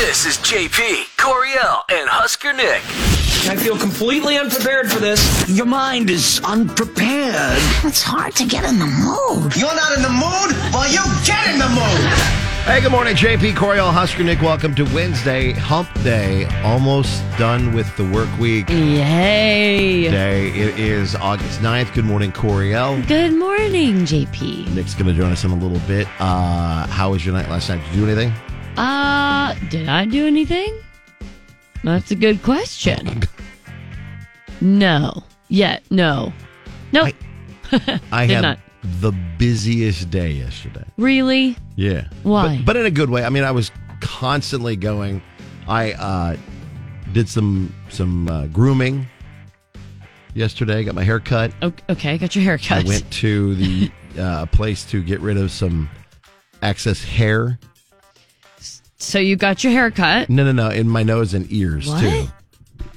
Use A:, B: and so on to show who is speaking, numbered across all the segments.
A: This is JP, Coriel, and Husker Nick.
B: I feel completely unprepared for this.
C: Your mind is unprepared.
D: It's hard to get in the mood.
E: You're not in the mood? Well, you get in the mood.
F: Hey, good morning, JP Coriel, Husker Nick. Welcome to Wednesday, Hump Day. Almost done with the work week.
G: Yay.
F: Day it is August 9th. Good morning, Coriel.
G: Good morning, JP.
F: Nick's going to join us in a little bit. Uh, how was your night last night? Did you do anything?
G: Uh, did I do anything? That's a good question. No. Yeah, no. Nope.
F: I
G: Did
F: had
G: not.
F: the busiest day yesterday.
G: really?
F: Yeah.
G: Why?
F: But, but in a good way. I mean, I was constantly going. I uh, did some some uh, grooming yesterday. Got my hair cut.
G: O- Okay, I got your haircut.
F: I went to the uh, place to get rid of some excess hair.
G: So you got your haircut.
F: No, no, no, in my nose and ears
G: What?
F: too.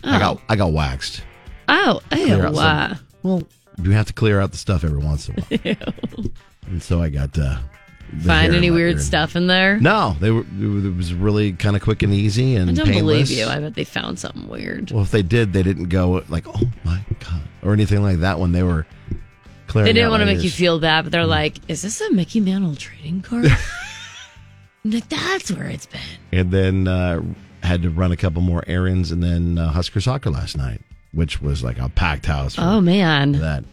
F: I
G: Oh.
F: got I got waxed.
G: Oh, ew.
F: Clear out some-
G: uh,
F: well, you have to clear out the stuff every once in a while, and so I got uh, the hair
G: Find
F: in
G: any
F: my
G: weird
F: ear.
G: stuff in there?
F: No, they were. It was really kind of quick and easy and
G: I don't
F: painless.
G: believe you. I bet they found something weird.
F: well, if they did, they didn't go like, "Oh my god," or anything like that. When they were clearing,
G: They didn't
F: out
G: want to
F: my
G: make you
F: ears.
G: feel bad, but they're
F: Mm.
G: like, is this a Mickey Mantle trading card? I'm like, that's where it's been.
F: and then uh, had to run a couple more errands, and then uh, Husker soccer last night, which was like a packed house. for
G: Oh, man.
F: that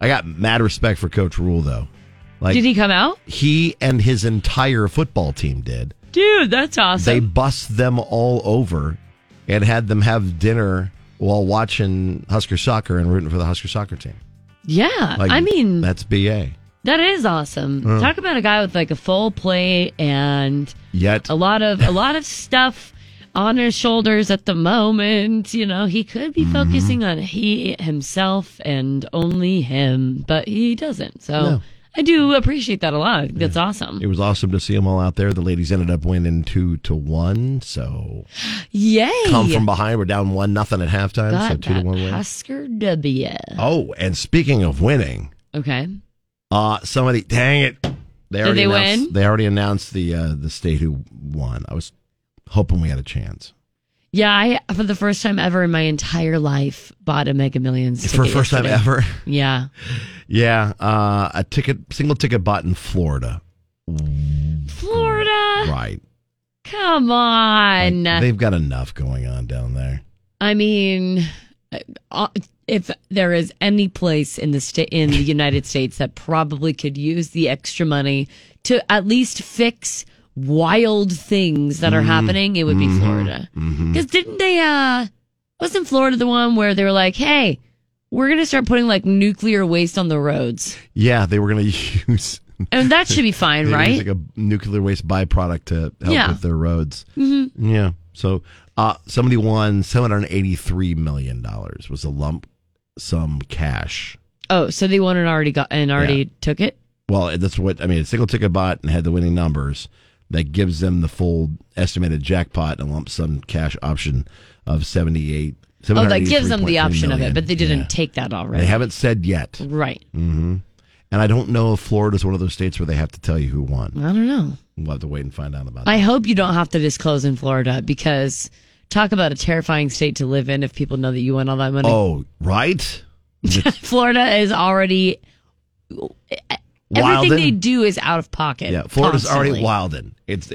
F: I got mad respect for Coach Rule though. Like
G: Did he come out?
F: he and his entire football team did.
G: Dude, that's awesome.
F: They bussed them all over and had them have dinner while watching Husker soccer and rooting for the Husker soccer team.
G: Yeah,
F: Like, Uh.
G: I mean
F: that's BA.
G: that is awesome. Talk about a guy with like a full plate and
F: Yet
G: a lot of a lot of stuff on his shoulders at the moment. You know, he could be
F: Mm-hmm.
G: focusing on he himself and only him, but he doesn't. So
F: No.
G: I do appreciate that a lot. That's awesome.
F: it was awesome to see them all out there. The ladies ended up winning two to one, so
G: Yay!
F: come from behind. We're down one nothing at halftime, so
G: Got
F: two to
G: that
F: one win.
G: Husker W.
F: Oh, and speaking of winning,
G: Okay.
F: Uh somebody dang it. They already
G: they
F: announced,
G: win?
F: They already announced the uh the state who won. I was hoping we had a chance.
G: Yeah, I for the first time ever in my entire life bought a Mega Millions
F: For
G: ticket
F: first time
G: yesterday.
F: ever.
G: Yeah.
F: yeah. Uh a ticket single ticket bought in Florida.
G: Florida.
F: Right.
G: Come
F: Like,
G: on.
F: they've got enough going on down there.
G: I mean, uh, if there is any place in the sta- in the United States that probably could use the extra money to at least fix wild things that are
F: Mm-hmm.
G: happening, it would be Florida. Because didn't they? uh Wasn't Florida the one where they were like, "Hey, we're gonna start putting like nuclear waste on the roads,"
F: Yeah, they were gonna use
G: and that should be fine,
F: they were
G: right?
F: using a nuclear waste byproduct to help
G: Yeah.
F: with their roads. Mm-hmm. Yeah. So uh somebody won seven hundred and eighty three million dollars was a lump sum cash.
G: oh, so they won and already got and already took it.
F: well, that's what I mean. A single ticket bought and had the winning numbers that gives them the full estimated jackpot and lump sum cash option of seventy eight.
G: Oh, that gives them the option of it, but they didn't take that
F: They Mm.
G: already.
F: haven't said yet,
G: right.
F: and I don't know if Florida's one of those states where they have to tell you who won.
G: I don't know.
F: We'll have to wait and find out about.
G: I hope you don't have to disclose in Florida because talk about a terrifying state to live in if people know that you won all that
F: that.
G: money.
F: Oh, right.
G: Florida is already
F: Wildin'?
G: everything they do is out of pocket.
F: Yeah, Florida's already
G: constantly.
F: wildin'. It's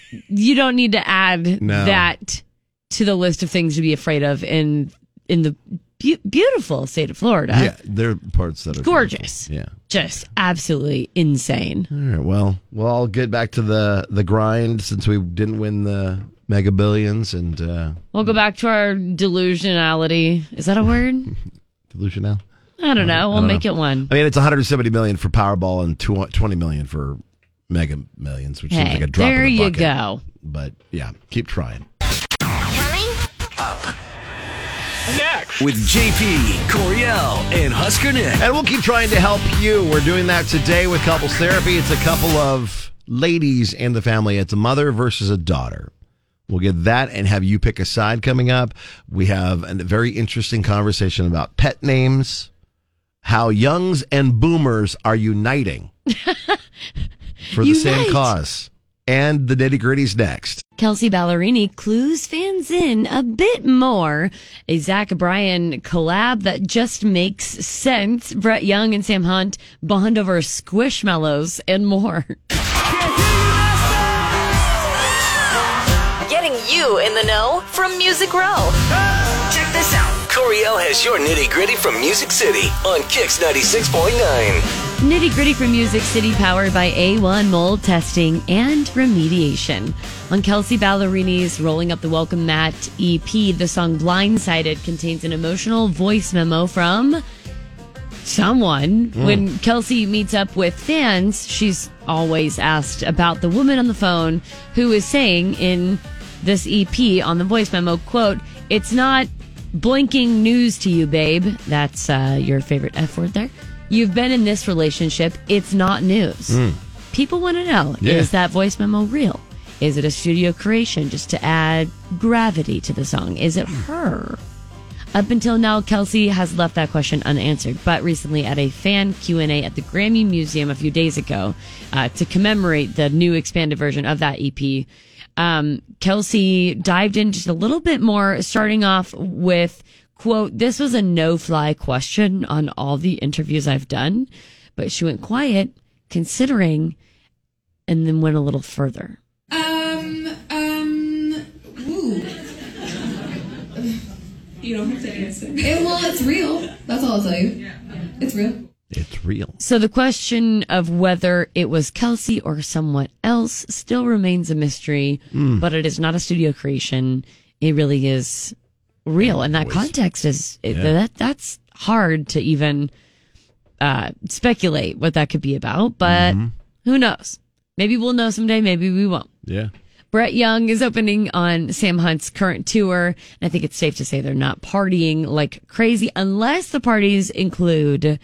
G: You don't need to add
F: No.
G: that to the list of things to be afraid of in in the be- beautiful state of Florida.
F: yeah, there are parts that are
G: Gorgeous.
F: Yeah.
G: Just absolutely insane.
F: All right. Well, we'll all get back to the the grind since we didn't win the mega billions and uh,
G: We'll go back to our delusionality. Is that a word?
F: delusion now.
G: I don't know. We'll make it one.
F: I mean, it's 170 million for Powerball and two- 20 million for Mega Millions, which seems
G: Hey,
F: like a drop
G: there
F: in the
G: you
F: bucket.
G: go.
F: But yeah, keep trying.
A: With JP, Coriel, and Husker Nick.
F: And we'll keep trying to help you. We're doing that today with couples therapy. It's a couple of ladies in the family. It's a mother versus a daughter. We'll get that and have you pick a side coming up. We have a very interesting conversation about pet names, how youngs and boomers are uniting for the same
G: Unite.
F: cause. and the nitty gritty's next.
G: Kelsey Ballerini clues fans in a bit more. A Zach Bryan collab that just makes sense. Brett Young and Sam Hunt bond over squishmallows and more.
H: Getting you in the know from Music Row.
E: Check this out.
A: Coriel has your nitty gritty from Music City on Kix 96.9.
G: Nitty gritty from Music City, powered by A1 mold testing and remediation. On Kelsey Ballerini's Rolling Up the Welcome Mat EP, the song Blindsided contains an emotional voice memo from someone. When Kelsey meets up with fans, she's always asked about the woman on the phone who is saying in this EP on the voice memo, quote, it's not blinking news to you, babe. That's uh, your favorite F word there. You've been in this relationship. It's not news. People want to know
F: Yeah.
G: is that voice memo real? Is it a studio creation just to add gravity to the song? Is it her? Up until now, Kelsey has left that question unanswered. But recently, at a fan Q and A at the Grammy Museum a few days ago, uh, to commemorate the new expanded version of that EP, um, Kelsey dived in just a little bit more, starting off with quote This was a no fly question on all the interviews I've done, but she went quiet considering, and then went a little further.
I: Um, um, ooh. You don't have to answer. well, it's real. That's all I'll tell you. It's real.
F: It's real.
G: So the question of whether it was Kelsey or someone else still remains a mystery, but it is not a studio creation. It really is real, and that context is it- that that's hard to even uh, speculate what that could be about. But who knows? Maybe we'll know someday. Maybe we won't.
F: Yeah.
G: Brett Young is opening on Sam Hunt's current tour. And I think it's safe to say they're not partying like crazy unless the parties include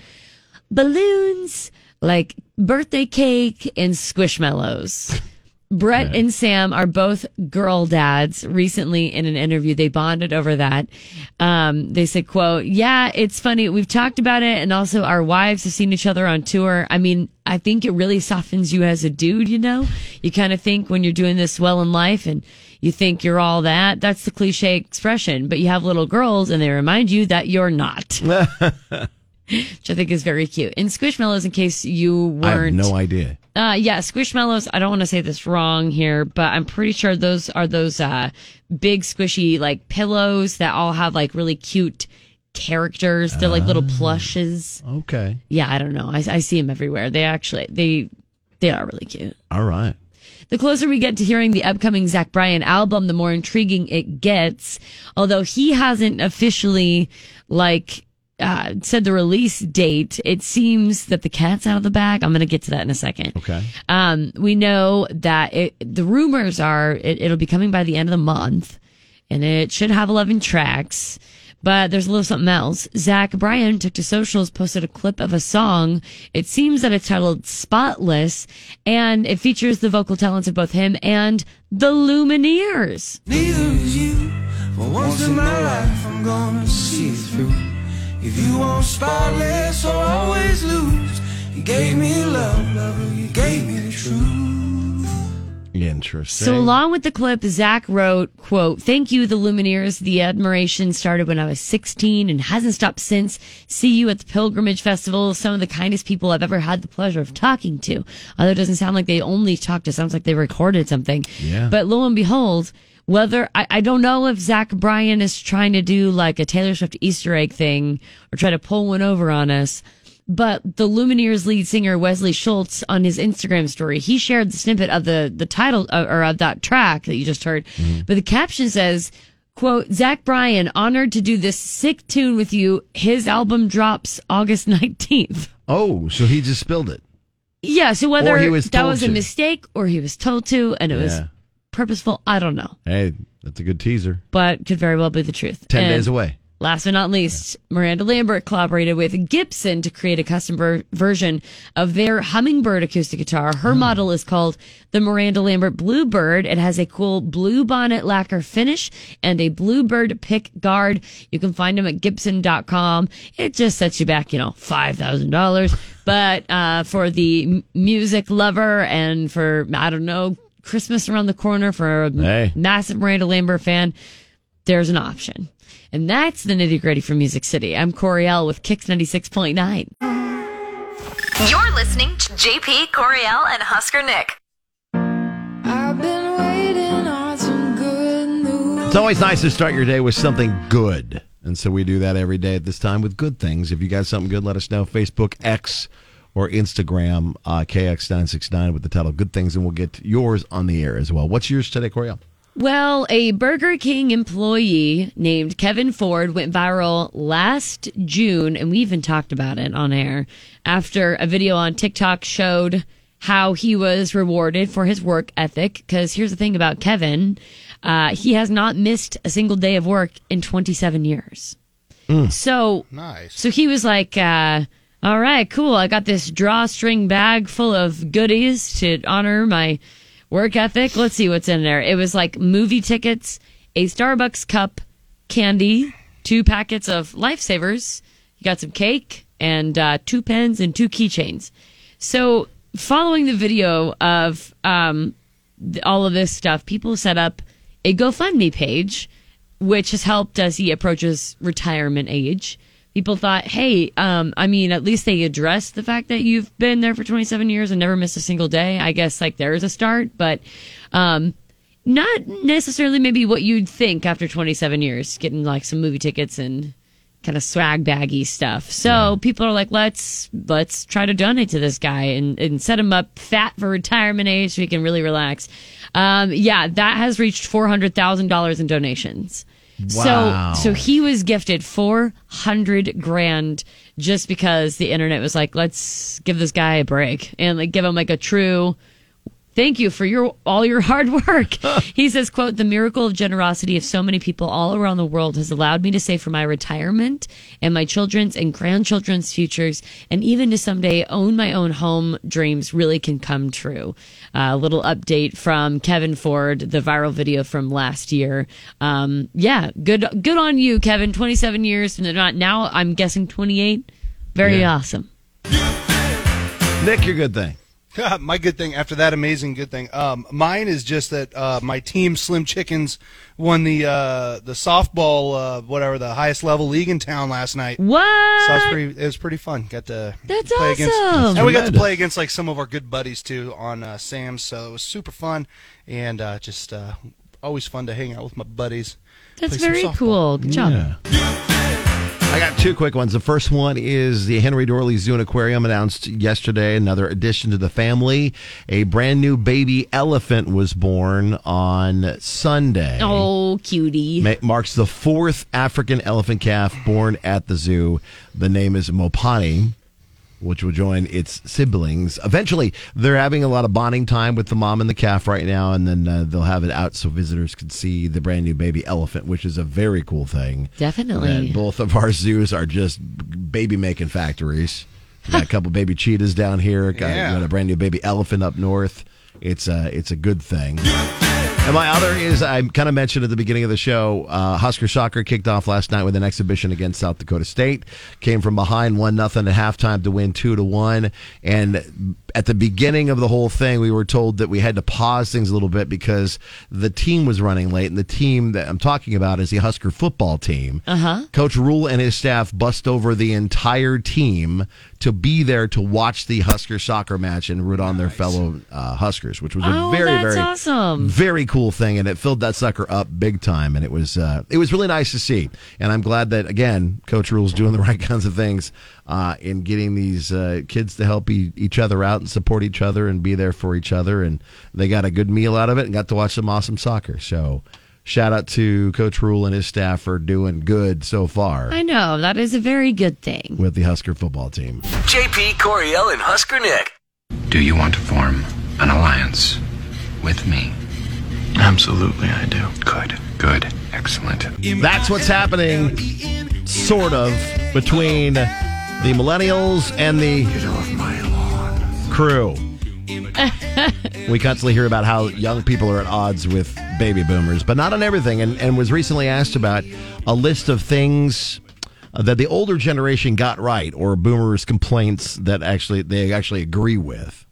G: balloons, like birthday cake and squishmallows. Brett and Sam are both girl dads. Recently in an interview, they bonded over that. Um, they said, quote, yeah, it's funny. We've talked about it. And also our wives have seen each other on tour. I mean, I think it really softens you as a dude, you know, you kind of think when you're doing this well in life and you think you're all that, that's the cliche expression, but you have little girls and they remind you that you're not, which I think is very cute. And Squishmallows, in case you
F: I have
G: weren't
F: no idea.
G: uh, yeah, squishmallows. I don't want to say this wrong here, but I'm pretty sure those are those uh, big squishy like pillows that all have like really cute characters. They're like little plushes.
F: Okay.
G: Yeah, I don't know. I, I see them everywhere. They actually they they are really cute.
F: All right.
G: The closer we get to hearing the upcoming Zach Bryan album, the more intriguing it gets. Although he hasn't officially like uh, said the release date, it seems that the cat's out of the bag. I'm going to get to that in a second.
F: Okay.
G: Um, we know that it, the rumors are it, it'll be coming by the end of the month, and it should have 11 tracks. But there's a little something else. Zach Bryan took to socials, posted a clip of a song. It seems that it's titled Spotless, and it features the vocal talents of both him and the Lumineers.
J: Neither is you. For once in my life, I'm gonna see through. If you want spotless, I'll always lose. You gave me love, love, you gave me the truth.
F: Interesting.
G: So along with the clip, Zach wrote, quote, Thank you, the Lumineers. The admiration started when I was 16 and hasn't stopped since. See you at the Pilgrimage Festival. Some of the kindest people I've ever had the pleasure of talking to. Although it doesn't sound like they only talked, it sounds like they recorded something.
F: Yeah.
G: But lo and behold, whether I, I don't know if Zach Bryan is trying to do like a Taylor Swift Easter egg thing or try to pull one over on us. But the Lumineers lead singer Wesley Schultz on his Instagram story, he shared the snippet of the the title uh, or of that track that you just heard.
F: Mm-hmm.
G: But the caption says, "Quote: Zach Bryan honored to do this sick tune with you. His album drops August nineteenth.
F: oh, so he just spilled it.
G: Yeah. So whether
F: Or he was
G: that
F: told
G: was a
F: to.
G: mistake or he was told to, and it was
F: Yeah.
G: purposeful, I don't know,
F: Hey, that's a good teaser.
G: but could very well be the truth.
F: Ten
G: And-
F: days away.
G: Last but not least, Miranda Lambert collaborated with Gibson to create a custom ver- version of their hummingbird acoustic guitar. Her model is called the Miranda Lambert Bluebird. It has a cool blue bonnet lacquer finish and a bluebird pick guard. You can find them at gibson.com. It just sets you back, you know, $5,000. But uh, for the m- music lover and for, I don't know, Christmas around the corner for a
F: Hey.
G: massive Miranda Lambert fan, there's an option. And that's the nitty gritty from Music City. I'm Coriel with Kicks 96.9.
H: You're listening to JP Coriel and Husker Nick.
J: I've been waiting on some good news.
F: It's always nice to start your day with something good. And so we do that every day at this time with good things. If you got something good, let us know. Facebook, X, or Instagram, uh, KX969 with the title Good Things, and we'll get yours on the air as well. What's yours today, Coriel?
G: Well, a Burger King employee named Kevin Ford went viral last June, and we even talked about it on air after a video on TikTok showed how he was rewarded for his work ethic. Because here's the thing about Kevin uh, he has not missed a single day of work in 27 years. So nice. So he was like, uh, "All right, cool. I got this drawstring bag full of goodies to honor my work ethic. Let's see what's in there. It was like movie tickets, a Starbucks cup, candy, two packets of lifesavers. He got some cake and uh, two pens and two keychains. So following the video of um, th- all of this stuff, people set up a GoFundMe page, which has helped as he approaches retirement age. People thought, hey, um, I mean, at least they addressed the fact that you've been there for 27 years and never missed a single day. I guess like there is a start, but um, not necessarily maybe what you'd think after 27 years, getting like some movie tickets and kind of swag baggy stuff. So people are like, let's let's try to donate to this guy and, and set him up fat for retirement age so he can really relax. Um, yeah, that has reached four hundred thousand dollars in donations.
F: Wow.
G: So so he was gifted four hundred grand just because the internet was like, let's give this guy a break and like give him like a true thank you for your all your hard work he says quote the miracle of generosity of so many people all around the world has allowed me to save for my retirement and my children's and grandchildren's futures and even to someday own my own home dreams really can come true a little update from kevin ford the viral video from last year um, yeah good good on you kevin 27 years and not now i'm guessing 28 very
F: Yeah.
G: awesome
F: Nick, your good thing.
K: my good thing after that amazing good thing. Um, mine is just that uh, my team Slim Chickens won the uh, the softball uh, whatever the highest level league in town last night.
G: what
K: So it was pretty, it was pretty fun. Got to
G: That's
K: play
G: awesome.
K: against, and we got to
F: Tremendous.
K: play against like some of our good buddies too on uh, Sam's. So it was super fun and uh, just uh, always fun to hang out with my buddies.
G: that's
K: play some
G: very
K: softball.
G: cool good job
F: I got two quick ones. The first one is the Henry Dorley Zoo and Aquarium announced yesterday another addition to the family. A brand new baby elephant was born on Sunday.
G: oh cutie
F: Ma- marks the fourth African elephant calf born at the zoo. The name is Mopani, which will join its siblings. Eventually, they're having a lot of bonding time with the mom and the calf right now, and then uh, they'll have it out so visitors can see the brand new baby elephant, which is a very cool thing.
G: Definitely.
F: That both of our zoos are just baby making factories. We got a couple baby cheetahs down here. Got,
K: Yeah.
F: got a brand new baby elephant up north. It's a it's a good thing. And my other is I kind of mentioned at the beginning of the show. Uh, Husker soccer kicked off last night with an exhibition against South Dakota State. Came from behind one nothing at halftime to win two to one. And at the beginning of the whole thing, we were told that we had to pause things a little bit because the team was running late. And the team that I'm talking about is the Husker football team. Uh huh. Coach Rule and his staff bust over the entire team to be there to watch the Husker soccer match and root on their fellow uh, Huskers, which was
G: Oh,
F: a very
G: that's
F: very
G: awesome.
F: very cool thing, and it filled that sucker up big time. And it was uh, it was really nice to see. And I'm glad that again, Coach Rule's doing the right kinds of things uh, in getting these uh, kids to help e- each other out and support each other and be there for each other. And they got a good meal out of it and got to watch some awesome soccer. So shout out to Coach Rule and his staff for doing good so far
G: I know that is a very good thing.
F: with the Husker football team.
A: JP Coriel and Husker Nick.
J: Do you want to form an alliance with me? Absolutely, I do. Good. Good. Excellent.
F: That's what's happening, sort of, between the millennials and the crew. we constantly hear about how young people are at odds with baby boomers, but not on everything. And, and was recently asked about a list of things that the older generation got right, or boomers' complaints that actually they actually agree with.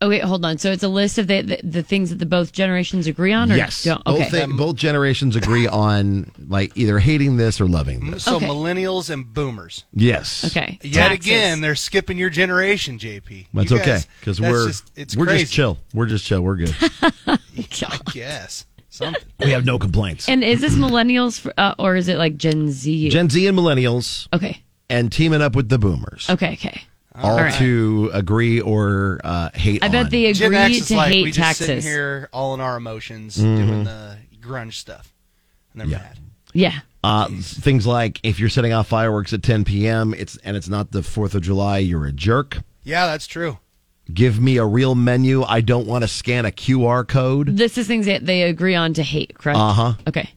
G: Okay, hold on. So it's a list of the the, the things that the both generations agree on, or
F: yes,
G: don't?
F: both,
G: Okay.
F: thi- both generations agree on like either hating this or loving this.
K: So millennials and boomers.
F: Yes.
G: Okay.
K: Yet
G: Taxes.
K: again, they're skipping your generation, JP.
F: That's
K: You
F: okay
K: guys-
F: because
K: that's
F: we're
K: just, it's
F: we're
K: crazy.
F: just chill. We're just chill. We're good.
K: I guess something.
F: we have no complaints.
G: And is this millennials for, uh, or is it like Gen Z?
F: Gen Z and millennials
G: okay.
F: and teaming up with the boomers,
G: Okay. Okay.
F: all, to agree or uh, hate.
G: I bet
F: on.
G: they
K: Gen X
G: agree
K: is
G: to
K: like we
G: hate
K: just sitting
G: taxes.
K: here all in our emotions doing the grunge stuff, and they're
F: Mm-hmm. Yeah.
G: Yeah.
K: mad.
F: Uh, things like if you're setting off fireworks at 10 p.m. It's and it's not the Fourth of July. You're a jerk.
K: Yeah, that's true.
F: Give me a real menu. I don't want to scan a QR code.
G: This is things that they agree on to hate. Correct.
F: Uh
K: Uh-huh.
F: huh.
G: Okay.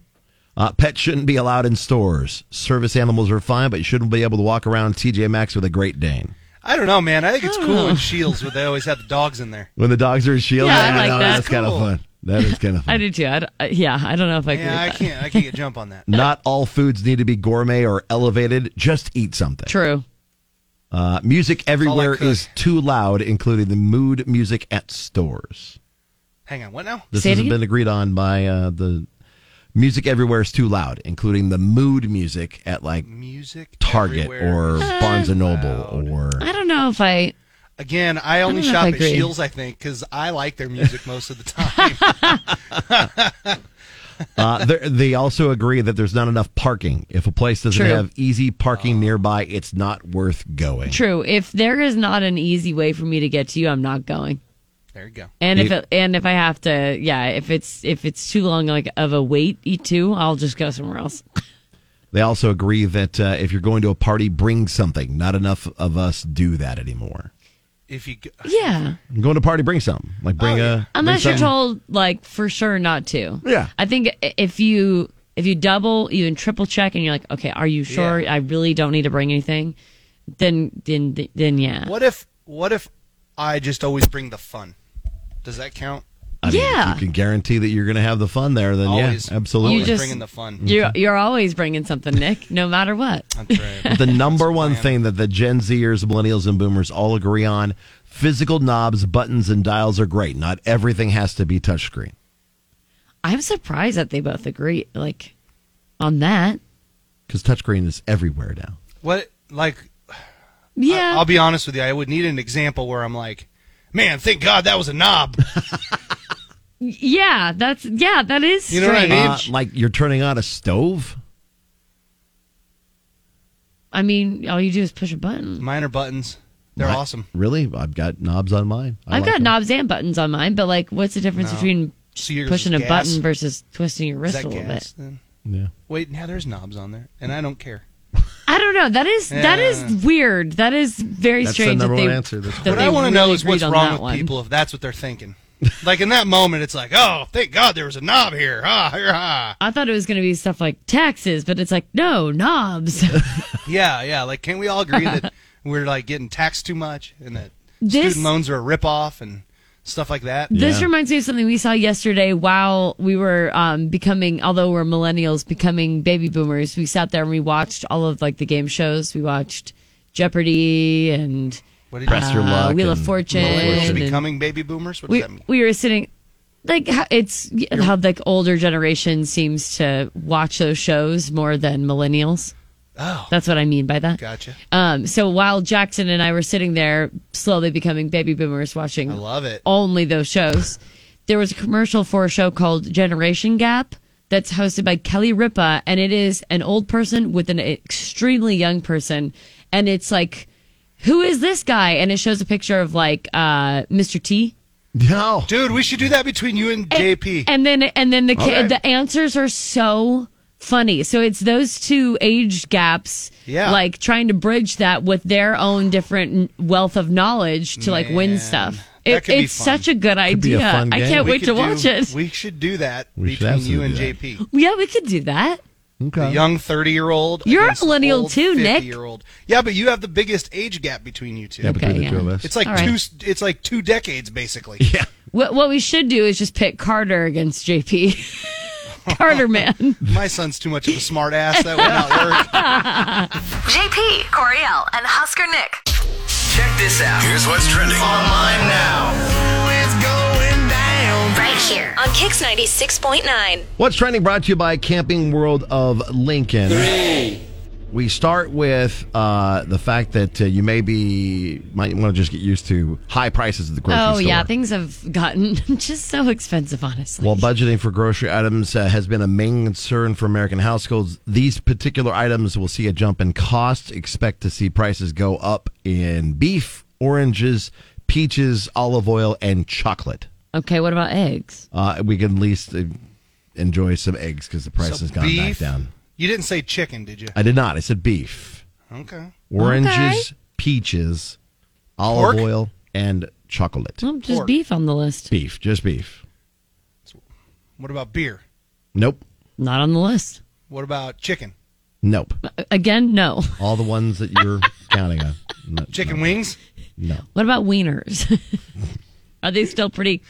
F: Uh, pets shouldn't be allowed in stores. Service animals are fine, but you shouldn't be able to walk around TJ Maxx with a Great Dane.
K: I don't know, man. I think it's cool in Shields where they always have the dogs in there.
F: When the dogs are in shields,
G: Yeah, I like that.
F: that's kind of
K: Cool.
F: fun. That is kind of fun.
G: I do too. I don't- I- yeah. I don't know if I agree.
K: Yeah, I
G: with that.
K: can't. I can't jump on that.
F: Not all foods need to be gourmet or elevated. Just eat something.
G: True.
F: Uh, music
K: all I
F: everywhere
K: cook.
F: is too loud, including the mood music at stores.
K: Hang on. What now?
F: This
G: Say it
F: has
G: again?
F: been agreed on by uh, the music everywhere is too loud, including the mood music at like
K: Music.
F: Target
K: everywhere.
F: or Barnes and Noble or
G: I don't know if I.
K: again,
G: I
K: I only
G: don't know if
K: shop
G: I
K: at
G: agree.
K: Shields. I think because I like their music most of the time.
F: uh, they're- they also agree that there's not enough parking. If a place doesn't
G: True.
F: have easy parking nearby, it's not worth going.
G: True. If there is not an easy way for me to get to you, I'm not going.
K: there you go.
G: And
F: It-
G: if it, and if I have to, yeah, if it's if it's too long like of a wait, e two, I'll just go somewhere else.
F: They also agree that uh, if you're going to a party, bring something. Not enough of us do that anymore.
K: If you go,
G: Yeah,
F: You're going to a party, bring something. Like bring
K: Oh, yeah.
F: a
G: unless
F: bring
G: you're
F: something.
G: told like for sure not to.
F: Yeah.
G: I think i- if you if you double even triple check and you're like, okay, are you sure?
K: Yeah.
G: I really don't need to bring anything. Then then then yeah.
K: what if what if I just always bring the fun? Does that count?
F: I mean,
G: Yeah.
F: if you can guarantee that you're going to have the fun there, then
K: Always,
F: yeah, absolutely.
G: You
K: Always
G: just-
K: bringing the fun.
G: You're you're always bringing something, Nick, no matter what.
K: That's right.
F: the number one thing that the Gen Zers, millennials, and boomers all agree on physical knobs, buttons, and dials are great. Not everything has to be touchscreen.
G: I'm surprised that they both agree like on that.
F: Because touchscreen is everywhere now.
K: What like?
G: Yeah.
K: I, will be honest with you. I would need an example where I'm like, man, thank God that was a knob.
G: yeah, that's yeah, that is
K: You know what I
G: strange.
K: mean?
F: Uh, like you're turning on a stove?
G: I mean, all you do is push a button.
K: Minor buttons. They're
F: Right.
K: awesome.
F: Really? I've got knobs on mine. I
G: I've
F: like
G: got
F: them.
G: knobs and buttons on mine, but like, what's the difference
K: No.
G: between
K: So yours
G: pushing a
K: is gas?
G: button versus twisting your
K: Is
G: wrist
K: that
G: a little bit?
K: gas? Then
F: Yeah.
K: wait, now there's knobs on there, and I don't care.
G: I don't know. That is that is weird. That is very
F: That's the
G: strange.
F: number
G: that they,
F: one answer. That's
G: that
K: what
G: they
K: I want to
G: really
K: know is
G: agreed
K: what's
G: on
K: wrong
G: that
K: with
G: one.
K: people if that's what they're thinking. like in that moment, it's like, oh, thank God there was a knob here. Ah, here, ah.
G: I thought it was going to be stuff like taxes, but it's like no knobs.
K: Yeah, yeah. Like, can we all agree that we're like getting taxed too much, and that
G: This-
K: student loans are a ripoff and stuff like that?
G: This
F: Yeah.
G: reminds me of something we saw yesterday while we were um, becoming, although we're millennials, becoming baby boomers. We sat there and we watched all of like the game shows. We watched Jeopardy and
K: What did
F: Press your luck.
G: Uh, Wheel of
F: and-
G: Fortune.
K: Millennials
G: and-
K: becoming baby boomers? What does
G: we
K: that mean?
G: we were sitting like how- it's how like older generation seems to watch those shows more than millennials.
K: Oh,
G: That's what I mean by that.
K: gotcha.
G: Um, so while Jackson and I were sitting there, slowly becoming baby boomers, watching
K: I love it.
G: only those shows, there was a commercial for a show called Generation Gap that's hosted by Kelly Ripa, and it is an old person with an extremely young person, and it's like, who is this guy? And it shows a picture of like uh, Mr. T.
F: No.
K: Dude, we should do that between you and JP.
G: And then and then the ki-
F: Okay.
G: the answers are so funny. So it's those two age gaps,
K: Yeah.
G: like trying to bridge that with their own different n- wealth of knowledge to like win
K: Man,
G: stuff.
K: that
G: It,
K: could be
G: it's
K: fun.
G: such a good
F: be
G: idea.
F: a fun
G: I
F: game.
G: can't
K: We
G: wait
K: could
G: to
K: do-
G: watch it.
K: We should do that
F: We should
K: between you
F: absolutely
K: and
F: do that.
K: JP.
G: yeah, we could do that.
F: Okay.
K: The young 30 year old.
G: You're a
K: against the
G: millennial
K: old
G: too, Nick.
K: 50 year old. Yeah, but you have the biggest age gap between you two.
F: Yeah, between
G: Okay,
F: the
G: yeah.
F: two of us.
K: It's like
G: All right.
K: two. It's like two decades, basically.
F: yeah.
G: What what we should do is just pick Carter against JP. Carter man.
K: My son's too much of a smart ass. That would not work.
H: JP, Coriel, and Husker Nick.
A: Check this out. Here's what's trending online now.
H: here on Kix 96.9.
F: What's trending brought to you by Camping World of Lincoln.
H: Three.
F: We start with uh, the fact that uh, you may be might want to just get used to high prices at the grocery
G: Oh
F: store.
G: yeah, things have gotten just so expensive, honestly.
F: While budgeting for grocery items uh, has been a main concern for American households, these particular items will see a jump in cost. Expect to see prices go up in beef, oranges, peaches, olive oil, and chocolate.
G: Okay, what about eggs?
F: Uh, we can at least uh, enjoy some eggs because the price
K: So
F: has gone
K: beef?
F: back down.
K: You didn't say chicken, did you?
F: I did not. I said beef,
K: Okay.
F: oranges,
K: Okay.
F: peaches, olive
K: Pork?
F: oil, and chocolate.
G: Well, just beef on the list.
F: Beef, just beef.
K: What about beer?
F: Nope.
G: Not on the list.
K: What about chicken?
F: Nope.
G: Again, no.
F: All the ones that you're counting on. No,
K: Chicken wings?
F: No.
G: What about wieners? Are they still pretty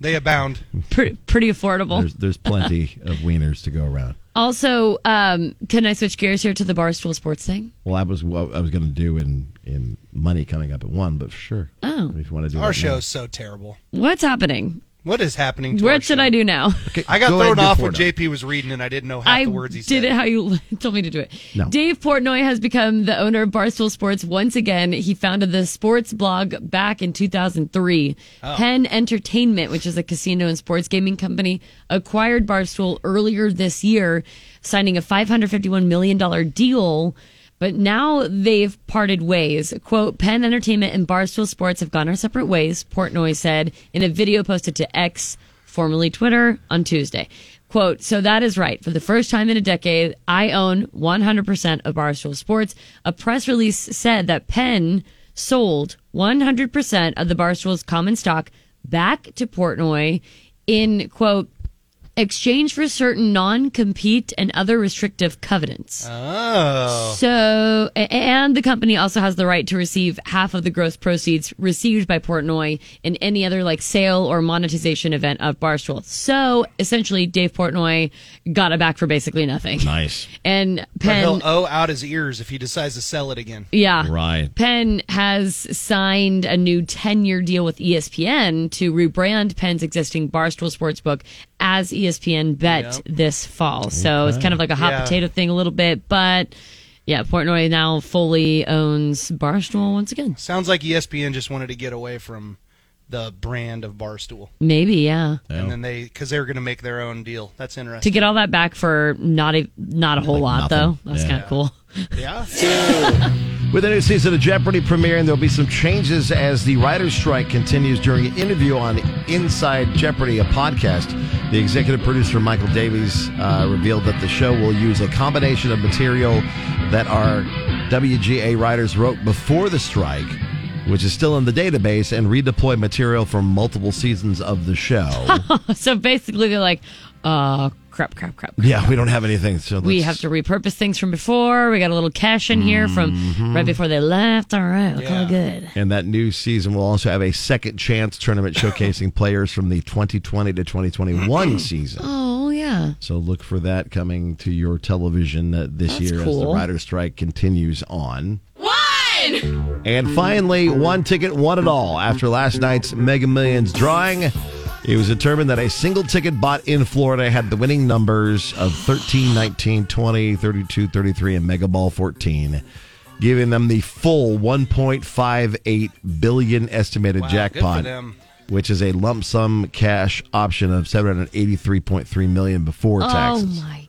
K: They abound.
G: pretty, pretty affordable?
F: There's there's plenty of wieners to go around.
G: also, um, can I switch gears here to the barstool sports thing?
F: Well, that was what I was going to do in in money coming up at one, but sure.
G: Oh.
F: if you want to do
K: Our
F: it now.
K: show's so terrible.
G: What's happening?
K: What is happening to
G: What
K: our
G: should
K: show?
G: I do now?
K: I got
F: go ahead
K: thrown
F: and do
K: off when
F: Florida.
K: JP was reading and I didn't know half
G: I
K: the words he
G: did
K: said.
G: it how you told me to do it.
F: No.
G: Dave Portnoy has become the owner of Barstool Sports once again. He founded the sports blog back in 2003.
L: Oh.
G: Penn Entertainment, which is a casino and sports gaming company, acquired Barstool earlier this year, signing a $551 million deal. But now they've parted ways. Quote, Penn Entertainment and Barstool Sports have gone our separate ways, Portnoy said in a video posted to X formerly Twitter, on Tuesday. Quote, so that is right. For the first time in a decade, I own 100% of Barstool Sports. A press release said that Penn sold 100% of the Barstool's common stock back to Portnoy in, quote, exchange for certain non compete and other restrictive covenants.
K: Oh.
G: So, a- and the company also has the right to receive half of the gross proceeds received by Portnoy in any other like sale or monetization event of Barstool. So, essentially, Dave Portnoy got it back for basically nothing.
F: Nice.
G: And
K: But he'll
G: Penn,
K: owe out his ears if he decides to sell it again.
G: yeah.
F: Right.
G: Penn has signed a new 10 year deal with E ESPN to rebrand Penn's existing Barstool Sportsbook as E ESPN Bet this fall. So it's
L: Okay.
G: kind of like a hot
L: Yeah.
G: potato thing a little bit, but yeah, Portnoy now fully owns Barstool once again.
K: Sounds like E ESPN just wanted to get away from the brand of Barstool.
G: Maybe, yeah.
K: And then they, because they were going to make their own deal. That's interesting.
G: To get all that back for not a not a whole lot
F: nothing.
G: though. That's
F: Yeah.
G: kind of cool.
K: Yeah.
F: With the new season of Jeopardy premiering, there'll be some changes as the writer's strike continues during an interview on Inside Jeopardy, a podcast. The executive producer, Michael Davies, uh, revealed that the show will use a combination of material that our WGA writers wrote before the strike, which is still in the database, and redeploy material from multiple seasons of the show.
G: so basically they're like, uh crap, crap, crap.
F: yeah, we don't have anything. So
G: we
F: let's-
G: have to repurpose things from before. We got a little cash in here
L: Mm-hmm.
G: from right before they left. All right, look all good.
F: And that new season will also have a second chance tournament showcasing players from the 2020 to 2021 season.
G: Oh yeah.
F: So look for that coming to your television uh, this
G: That's
F: year as the
G: cool.
F: writer's strike continues on.
G: One.
F: And finally, one ticket, one at all. After last night's Mega Millions drawing, it was determined that a single ticket bought in Florida had the winning numbers of 13, 19, 20, 32, 33, and Mega Ball 14, giving them the full 1.58 billion estimated
K: Wow, good for
F: jackpot
K: them.
F: which is a lump sum cash option of 783.3 million before
G: Oh
F: taxes.
G: my.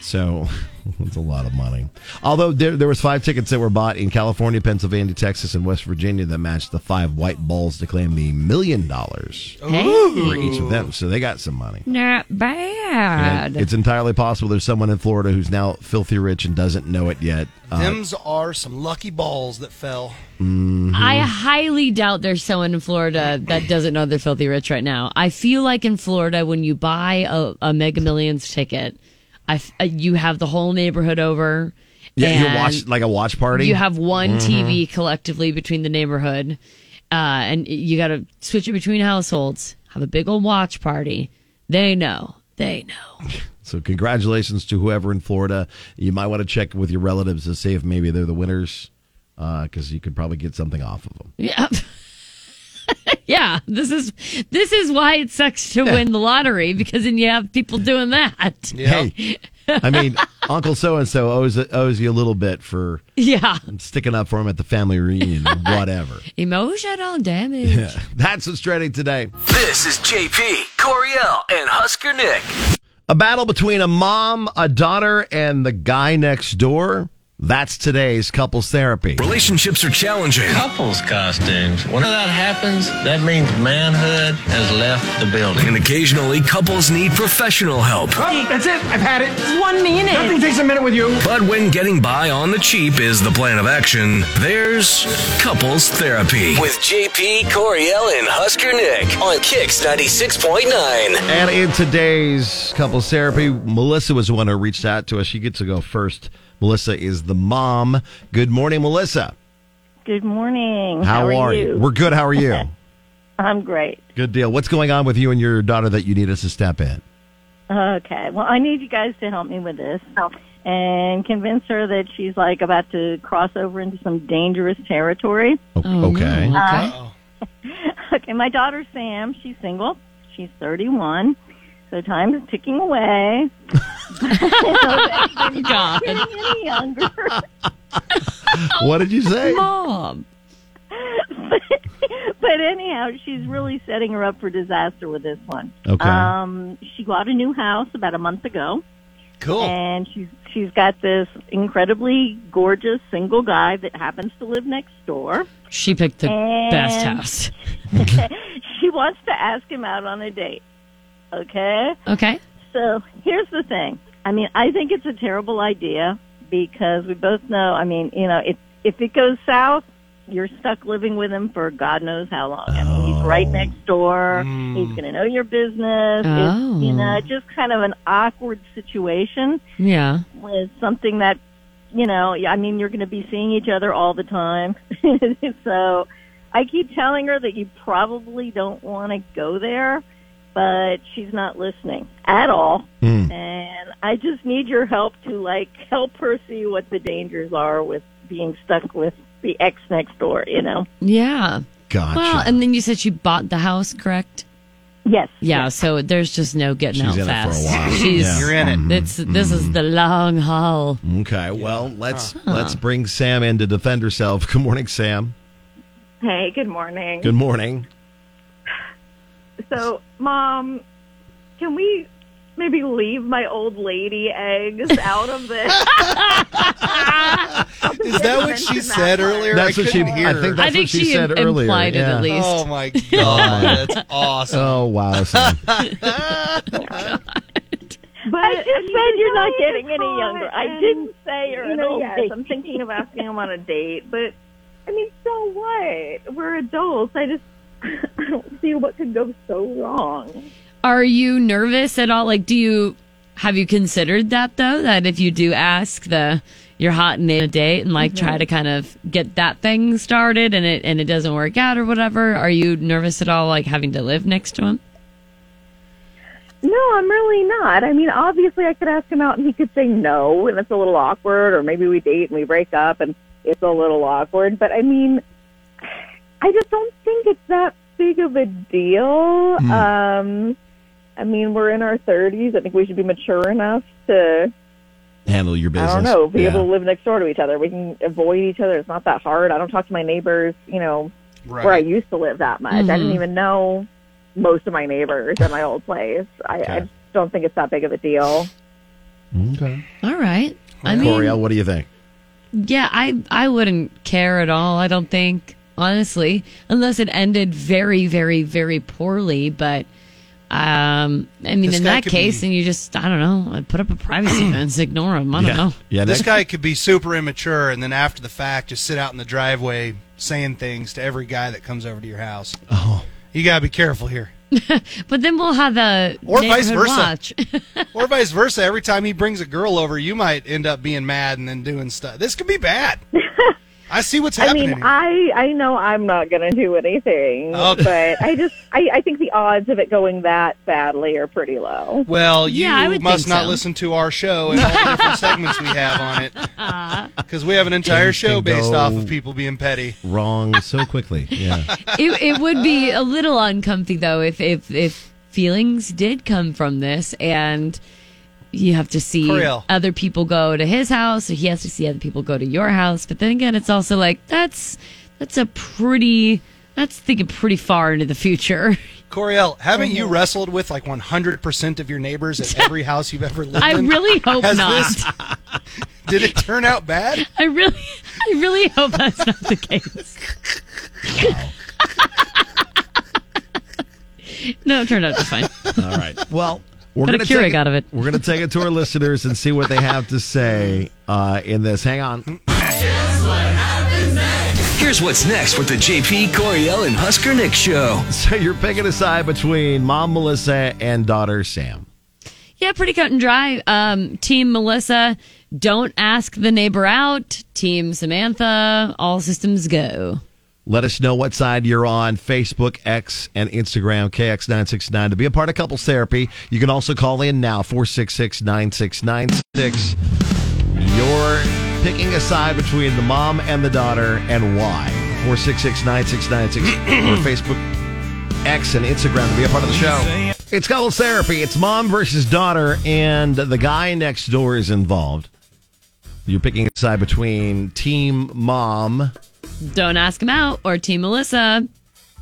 F: So it's a lot of money. Although there there was five tickets that were bought in California, Pennsylvania, Texas, and West Virginia that matched the five white balls to claim the million dollars
G: Hey.
F: for each of them. So they got some money.
G: Not
F: And
G: bad.
F: it's entirely possible there's someone in Florida who's now filthy rich and doesn't know it yet. Uh,
K: Them's are some lucky balls that fell.
F: mhm.
G: I highly doubt there's someone in Florida that doesn't know they're filthy rich right now. I feel like in Florida, when you buy a, a Mega Millions ticket, I f- uh, you have the whole neighborhood over.
F: yeah, you
G: and
F: watch like a watch party.
G: You have one
F: Mhm.
G: TV collectively between the neighborhood, uh, and you got to switch it between households. Have a big old watch party. They know. They know.
F: So congratulations to whoever in Florida. You might want to check with your relatives to see if maybe uh, they're the winners, because you could probably get something off of them.
G: Yeah. Yeah, this is this is why it sucks to
F: Yeah.
G: win the lottery because then you have people doing that.
F: Hey, I mean, Uncle So and So owes owes you a little bit for
G: Yeah.
F: sticking up for him at the family reunion, or whatever.
G: Emotional damage.
F: Yeah, that's what's trending today.
A: This is JP, Coriel, and Husker Nick.
F: A battle between a mom, a daughter, and the guy next door. That's today's couples therapy.
A: Relationships are challenging.
L: Couples costumes. When that happens, that means manhood has left the building.
A: And occasionally, couples need professional help.
M: Oh, that's it. I've had it. One minute. Nothing takes a minute with you.
A: But when getting by on the cheap is the plan of action, there's couples therapy. With JP, Coriel, and Husker Nick on Kix 96.9.
F: And in today's couples therapy, Melissa was the one who reached out to us. She gets to go first. Melissa is the mom. Good morning, Melissa.
N: Good morning.
F: How, are you? We're good. How are you?
N: I'm great.
F: good deal. What's going on with you and your daughter that you need us to step in?
N: Okay. Well, I need you guys to help me with this and convince her that she's like about to cross over into some dangerous territory.
F: Oh, okay.
N: Uh, okay. My daughter Sam, she's single. She's 31. So time is ticking away.
G: Oh, God.
N: Getting any younger.
F: What did you say?
G: Mom.
N: but anyhow, she's really setting her up for disaster with this one.
F: Okay.
N: Um, she got a new house about a month ago.
F: Cool.
N: And she's she's got this incredibly gorgeous single guy that happens to live next door.
G: She picked the
N: And-
G: best house.
N: she wants to ask him out on a date. Okay?
G: Okay.
N: So here's the thing. I mean, I think it's a terrible idea because we both know. I mean, you know, if if it goes south, you're stuck living with him for God knows how long. I mean, he's right next door. He's going to know your business. It's,
G: Oh.
N: you know, just kind of an awkward situation
G: Yeah.
N: with something that, you know, I mean, you're going to be seeing each other all the time. so I keep telling her that you probably don't want to go there, but she's not listening at all.
O: Hmm.
N: And I just need your help to, like, help her see what the dangers are with being stuck with the ex next door, you know?
G: Yeah.
F: Gotcha.
G: Well, and then you said she bought the house, correct?
N: Yes.
G: Yeah, so there's just no getting
F: She's
G: out
F: in it for a
G: fast.
F: while.
G: She's
F: Yeah. Mm-hmm. You're in it.
G: It's this is the long haul.
F: Okay. Well, let's
G: Huh.
F: let's bring Sam in to defend herself. Good morning, Sam.
P: Hey, good morning.
F: Good morning.
P: So, mom, can we maybe leave my old lady eggs out of this?
K: Is that what she said earlier?
F: That's
K: I
F: what she-
K: couldn't Hear.
F: I think that's I think what she she said im- earlier, implied it at yeah. least.
K: Oh my god, that's awesome.
F: Oh wow, Sam.
N: But I just said you're not getting any younger. I didn't say you're
P: you
N: an
P: know,
N: old
P: yes,
N: lady.
P: I'm thinking of asking him on a date, but I mean, so what? We're adults. I just I don't see what could go so wrong.
G: Are you nervous at all? Like, do you have you considered that though? That if you do ask the you're hot and in a date and like
P: Mm-hmm.
G: try to kind of get that thing started and it and it doesn't work out or whatever, are you nervous at all? Like having to live next to him?
P: No, I'm really not. I mean, obviously, I could ask him out and he could say no, and it's a little awkward, or maybe we date and we break up and it's a little awkward. But I mean, I just don't think it's that big of a deal.
Q: Hmm.
P: Um, I mean, we're in our 30s. I think we should be mature enough to,
F: Handle your
P: I
F: business.
P: don't know, be
F: Yeah.
P: able to live next door to each other. We can avoid each other. It's not that hard. I don't talk to my neighbors, you know, where I
K: Right.
P: used to live that much. I
K: Mhm.
P: didn't even know most of my neighbors at my old place. I, I just don't think it's that big of a deal.
F: Okay.
G: All right. I mean,
F: Coriel, what do you think?
G: Yeah, I I wouldn't care at all. I don't think honestly, unless it ended very, very, very poorly. But um, I mean,
K: This
G: in
K: guy
G: that
K: could
G: case,
K: be-
G: then you just I don't know, put up a privacy fence, ignore him. I don't know.
K: this guy could be super immature, and then after the fact, just sit out in the driveway saying things to every guy that comes over to your house. Oh, you gotta be careful here.
G: But then we'll have a
K: Or vice
G: neighborhood
K: versa.
G: watch.
K: or vice versa. Every time he brings a girl over, you might end up being mad and then doing stuff. This could be bad. I see what's
P: I
K: happening.
P: mean,
K: here.
P: I I know I'm not going to do anything,
K: Okay.
P: but I just I, I think the odds of it going that badly are pretty low.
K: well, you
P: Yeah, I would
K: must
P: think
K: not
P: so. Uh-huh.
K: listen to our show and all the different segments we have on it. because we have an entire
F: Things
K: show
F: can
K: based
F: go-
K: off of people being petty.
F: Wrong so quickly. Yeah.
G: it, it would be a little uncomfy though if if if feelings did come from this and you have to see
K: Coriel.
G: other people go to his house or he has to see other people go to your house but then again it's also like that's that's a pretty that's thinking pretty far into the future
K: Coriel, haven't
P: Mm-hmm.
K: you wrestled with like 100% of your neighbors at every house you've ever lived
G: I
K: in?
G: really hope
K: Has
G: not.
K: this- did it turn out bad?
G: i really i really hope that's not the case no it turned out just fine
F: All right. Well, we're
G: Got a
F: gonna
G: Keurig
F: take
G: out of it.
F: We're gonna take it to our listeners and see what they have to say uh, in this. Hang on.
A: Here's what's next with the JP Coriel and Husker Nick show.
F: So you're picking a side between mom Melissa and daughter Sam.
G: Yeah, pretty cut and dry. Um, team Melissa, don't ask the neighbor out. Team Samantha, all systems go.
F: Let us know what side you're on Facebook, X, and Instagram, KX969, to be a part of couples therapy. You can also call in now, 466 9696. You're picking a side between the mom and the daughter, and why? 466 9696 or Facebook, X, and Instagram to be a part of the show. It's couples therapy. It's mom versus daughter, and the guy next door is involved. You're picking a side between team mom.
G: Don't ask him out. Or Team Melissa,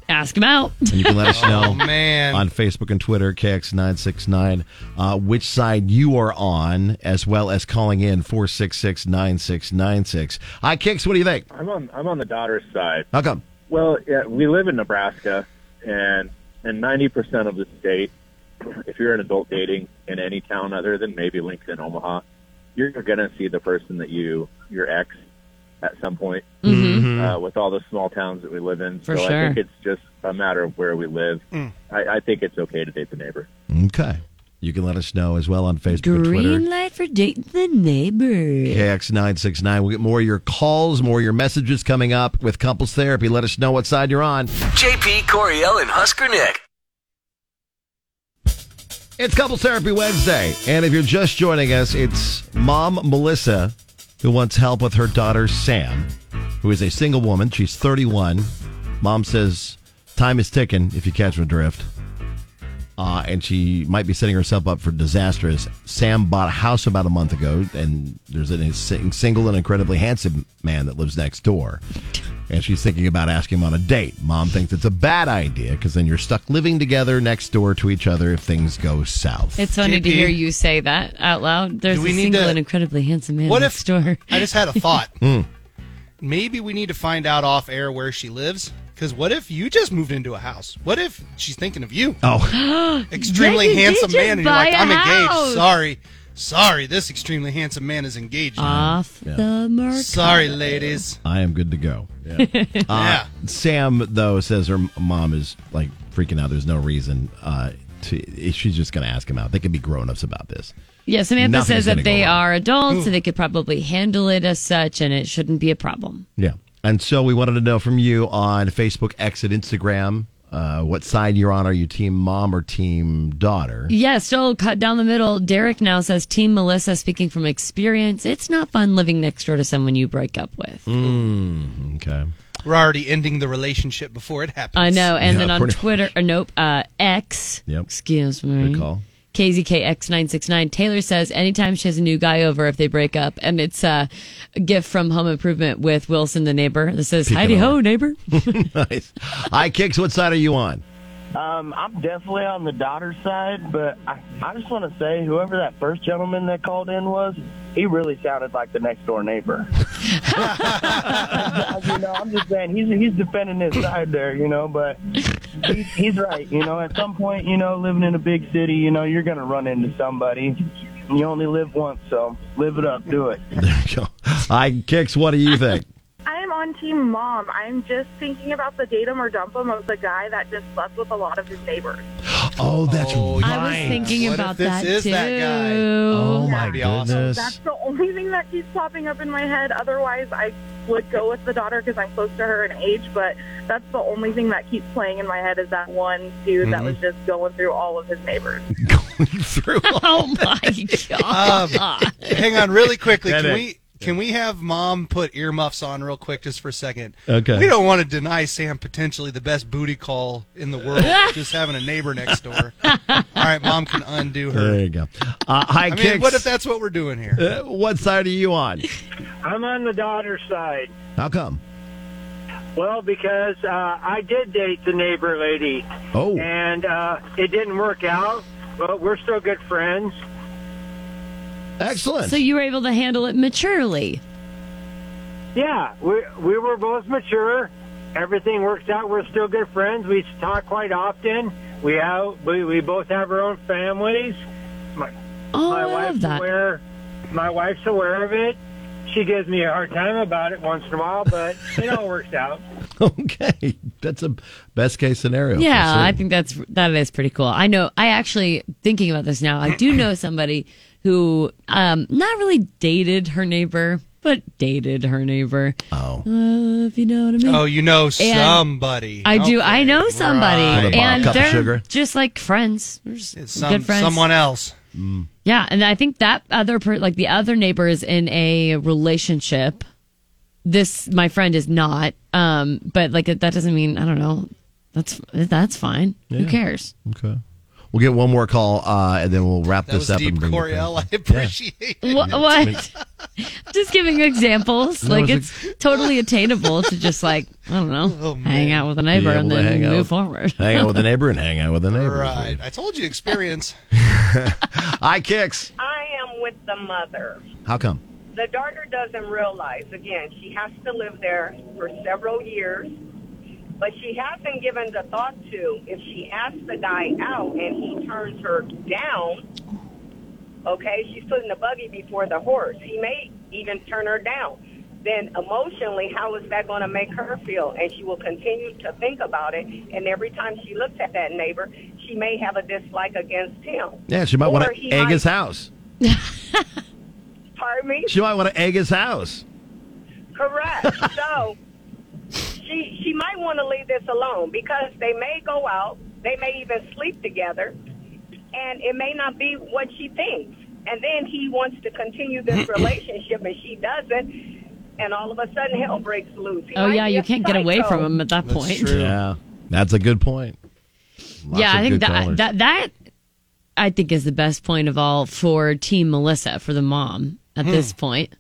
G: ask him out.
F: And you can let us know
K: man.
F: on Facebook and Twitter, KX969, uh, which side you are on, as well as calling in 466 9696. Hi, Kix, what do you think?
O: I'm on I'm on the daughter's side.
F: How come?
O: Well, yeah, we live in Nebraska, and and 90% of the state, if you're an adult dating in any town other than maybe Lincoln, Omaha, you're going to see the person that you your ex at some point.
Q: Mhm.
P: Mm-hmm.
O: Uh, with all the small towns that we live in,
Q: For
O: so
Q: sure.
O: I think it's just a matter of where we live.
K: Mm.
O: I, I think it's okay to date the neighbor.
F: Okay. You can let us know as well on Facebook and Twitter.
G: Green light for dating the neighbor.
F: KX969. We'll get more of your calls, more of your messages coming up with couples therapy. Let us know what side you're on.
A: JP Coriel and Husker Nick.
F: It's Couples Therapy Wednesday. And if you're just joining us, it's mom Melissa who wants help with her daughter Sam, who is a single woman. She's 31. Mom says, Time is ticking if you catch my drift. Uh, and she might be setting herself up for disaster. As Sam bought a house about a month ago, and there's a sing- single and incredibly handsome man that lives next door. And she's thinking about asking him on a date. Mom thinks it's a bad idea because then you're stuck living together next door to each other if things go south.
G: It's funny to
F: JP.
G: hear you say that out loud. There's
K: Do we
G: a
K: need
G: single
K: to-
G: and incredibly handsome man
K: What if
G: next door.
K: I just had a thought?
F: Mm.
K: Maybe we need to find out off air where she lives. Because what if you just moved into a house? What if she's thinking of you?
F: Oh.
K: extremely
G: Yeah, you did
K: handsome
G: just
K: man, and you're like,
G: buy a
K: I'm
G: house."
K: engaged. Sorry, sorry, this extremely handsome man is engaged.
F: Off Yeah. the
G: mark.
K: Sorry, ladies.
F: I am good to go.
K: Yeah.
F: Uh, Sam though says her mom is like freaking out. There's no reason. Uh, to, she's just going to ask him out. They could be grown ups about this.
G: Yeah, Samantha
F: Nothing's
G: says
F: gonna
G: that
F: go
G: they
F: wrong.
G: are adults, so they could probably handle it as such, and it shouldn't be a problem.
F: Yeah. And so we wanted to know from you on Facebook, X, and Instagram, uh, what side you're on. Are you team mom or team daughter?
G: Yeah, still cut down the middle. Derek now says, Team Melissa, speaking from experience, it's not fun living next door to someone you break up with.
F: Mm, okay.
K: We're already ending the relationship before it happens.
G: I know. And then on
K: Twitter.
G: Twitter, or nope, uh, X.
F: Yep.
G: Excuse me.
F: Good call.
G: KZKX969. Taylor says anytime she has a new guy over, if they break up, and it's uh, a gift from Home Improvement with Wilson, the neighbor. That says,
F: Peeking
G: Heidi ho,
F: over.
G: neighbor.
F: nice. Hi, Kicks. What side are you on?
Q: Um, I'm definitely on the daughter's side, but I, I just want to say whoever that first gentleman that called in was, he really sounded like the next door neighbor. you know, I'm just saying he's he's defending his side there, you know, but he's, he's right. You know, at some point, you know, living in a big city, you know, you're gonna run into somebody. You only live once, so live it up, do it.
F: There you go. Hi, Kicks. What do you think?
R: I'm on team mom. I'm just thinking about the date him or dump him of the guy that just slept with a lot of his neighbors.
F: Oh, that's right.
G: I was thinking
K: What if
G: about
K: this
G: that
K: is
G: too.
K: that guy?
F: Oh, my
K: That'd be awesome.
F: goodness.
R: That's the only thing that keeps popping up in my head. Otherwise, I would go with the daughter because I'm close to her in age, but that's the only thing that keeps playing in my head is that one dude that
F: Mhm.
R: was just going through all of his neighbors.
F: through.
G: oh my
K: Um, hang on, really quickly. Can we Can we have mom put earmuffs on real quick just for a second?
F: Okay.
K: We don't want to deny Sam potentially the best booty call in the world, just having a neighbor next door. All right, mom can undo her.
F: There you go. Uh, hi,
K: I mean,
F: Kicks.
K: what if that's what we're doing here?
F: Uh, what side are you on?
S: I'm on the daughter's side.
F: How come?
S: Well, because uh, I did date the neighbor lady.
F: Oh.
S: And uh, it didn't work out, but we're still good friends.
F: Excellent.
G: So you were able to handle it maturely.
S: Yeah, we we were both mature. Everything works out. We're still good friends. We talk quite often. We out. We, we both have our own families. My,
G: oh,
S: my
G: I
S: wife's
G: love that.
S: aware. My wife's aware of it. She gives me a hard time about it once in a while, but it all works out.
F: Okay, that's a best case scenario.
G: Yeah,
F: for
G: I
F: sure.
G: think that's that is pretty cool. I know. I actually thinking about this now. I do know somebody who um not really dated her neighbor, but dated her neighbor.
F: Oh,
G: uh, if you know what I mean.
K: Oh, you know
G: And
K: somebody.
G: I do. I know
K: Okay,
G: somebody,
K: right. With a
G: and
K: cup of
G: they're
K: sugar.
G: just like friends. We're just
K: Some,
G: good friends.
K: Someone else.
G: Yeah, and I think that other per- like the other neighbor is in a relationship. This my friend is not. Um, but like that doesn't mean I don't know. That's that's fine. Who
F: Yeah.
G: cares?
F: Okay. We'll get one more call, uh, and then we'll wrap
K: That
F: this
K: was
F: up.
K: deep,
F: and bring it
K: Coriel.
F: back.
K: I appreciate
G: What? what? just giving examples.
F: No,
G: like
F: it's
G: it's totally attainable to just like I don't know, hang out with a neighbor
F: Be
G: and
F: able to
G: then
F: hang out
G: move
F: with-
G: forward.
F: hang out with a neighbor and hang out with a neighbor.
K: Right. I told you experience.
F: I kicks.
T: I am with the mother.
F: How come?
T: The daughter doesn't realize, again, she has to live there for several years, but she hasn't given the thought to if she asks the guy out and he turns her down, okay, she's putting the buggy before the horse. He may even turn her down. Then emotionally, how is that going to make her feel? And she will continue to think about it. And every time she looks at that neighbor, she may have a dislike against him.
F: Yeah, she might want to
T: Or he
F: egg
T: might-
F: his house.
T: Pardon me?
F: She might want to egg his house.
T: Correct. so she she might want to leave this alone because they may go out, they may even sleep together, and it may not be what she thinks. And then he wants to continue this relationship, and she doesn't. And all of a sudden, hell breaks loose. He
G: Oh
T: might
G: yeah,
T: be
G: you
T: a
G: can't get away
T: psycho.
G: from him at that point.
F: Yeah, that's a good point. Lots
G: yeah,
F: of
G: I think
F: good
G: that
F: callers.
G: that that I think is the best point of all for Team Melissa for the mom at
F: Hmm.
G: this point.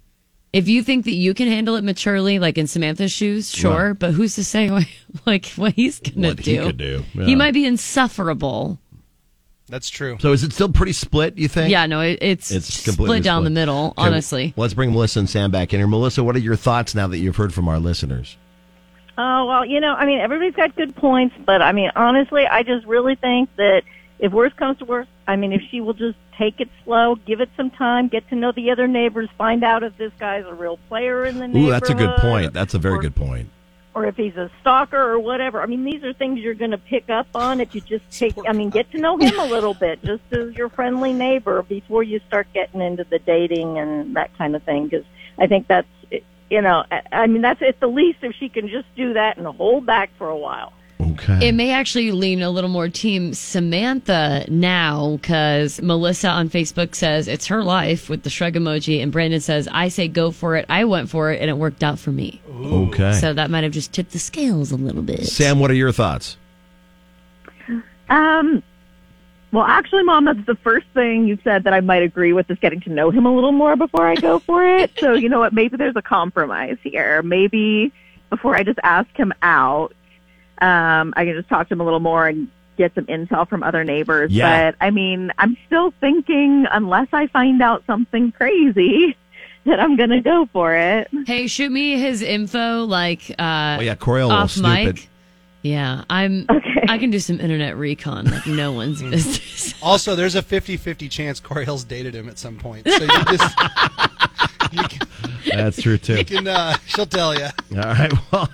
G: If you think that you can handle it maturely, like in Samantha's shoes, sure, but who's to say what, like what he's gonna
F: What
G: do?
F: he could do, yeah.
G: He might be insufferable.
K: That's true.
F: So is it still pretty split? You think?
G: Yeah, no, it, it's,
F: completely
G: split down the middle.
F: Okay,
G: Honestly,
F: well, let's bring Melissa and Sam back in here. Melissa, what are your thoughts now that you've heard from our listeners?
N: Oh, well, you know, I mean, everybody's got good points, but I mean, honestly, I just really think that if worse comes to worse, I mean, if she will just take it slow, give it some time, get to know the other neighbors, find out if this guy's a real player in the neighborhood.
F: Ooh, that's a good point. That's a very good point.
N: or if he's a stalker or whatever. I mean, these are things you're going to pick up on if you just take, I mean, get to know him a little bit, just as your friendly neighbor before you start getting into the dating and that kind of thing. Because I think that's, you know, I- I mean, that's at the least if she can just do that and hold back for a while.
G: It may actually lean a little more team Samantha now because Melissa on Facebook says it's her life with the shrug emoji, and Brandon says, I say go for it. I went for it, and it worked out for me.
F: Okay.
G: So that might have just tipped the scales a little bit.
F: Sam, what are your thoughts?
U: Um, well, actually, Mom, that's the first thing you said that I might agree with is getting to know him a little more before I go for it. so, you know what? Maybe there's a compromise here. Maybe before I just ask him out, um, I can just talk to him a little more and get some intel from other neighbors.
V: Yeah.
U: But I mean, I'm still thinking unless I find out something crazy that I'm going to go for it.
G: Hey, shoot me his info, like, uh,
U: Oh,
F: yeah, Coriel will
G: off
F: snoop
G: mic.
F: it.
G: Yeah, I'm, I can do some internet recon like no one's business.
K: Also, there's a 50-50 chance Coriel's dated him at some point. So you just
F: That's true too.
K: you can, uh, she'll tell you.
F: All right. Well,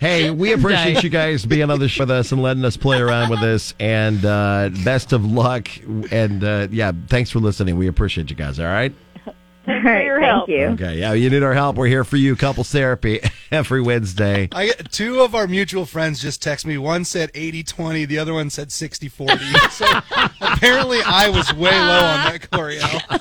F: hey, we appreciate
K: dying.
F: you guys being on the show with us and letting us play around with this. And uh, best of luck. And uh, yeah, thanks for listening. We appreciate you guys. All right.
U: Thanks for your help. Thank you.
F: Okay. Yeah, you need our help. We're here for you. Couples therapy every Wednesday.
K: I get, two of our mutual friends just text me. One said 80-20, the other one said 60-40. So apparently I was way low on that Coriel.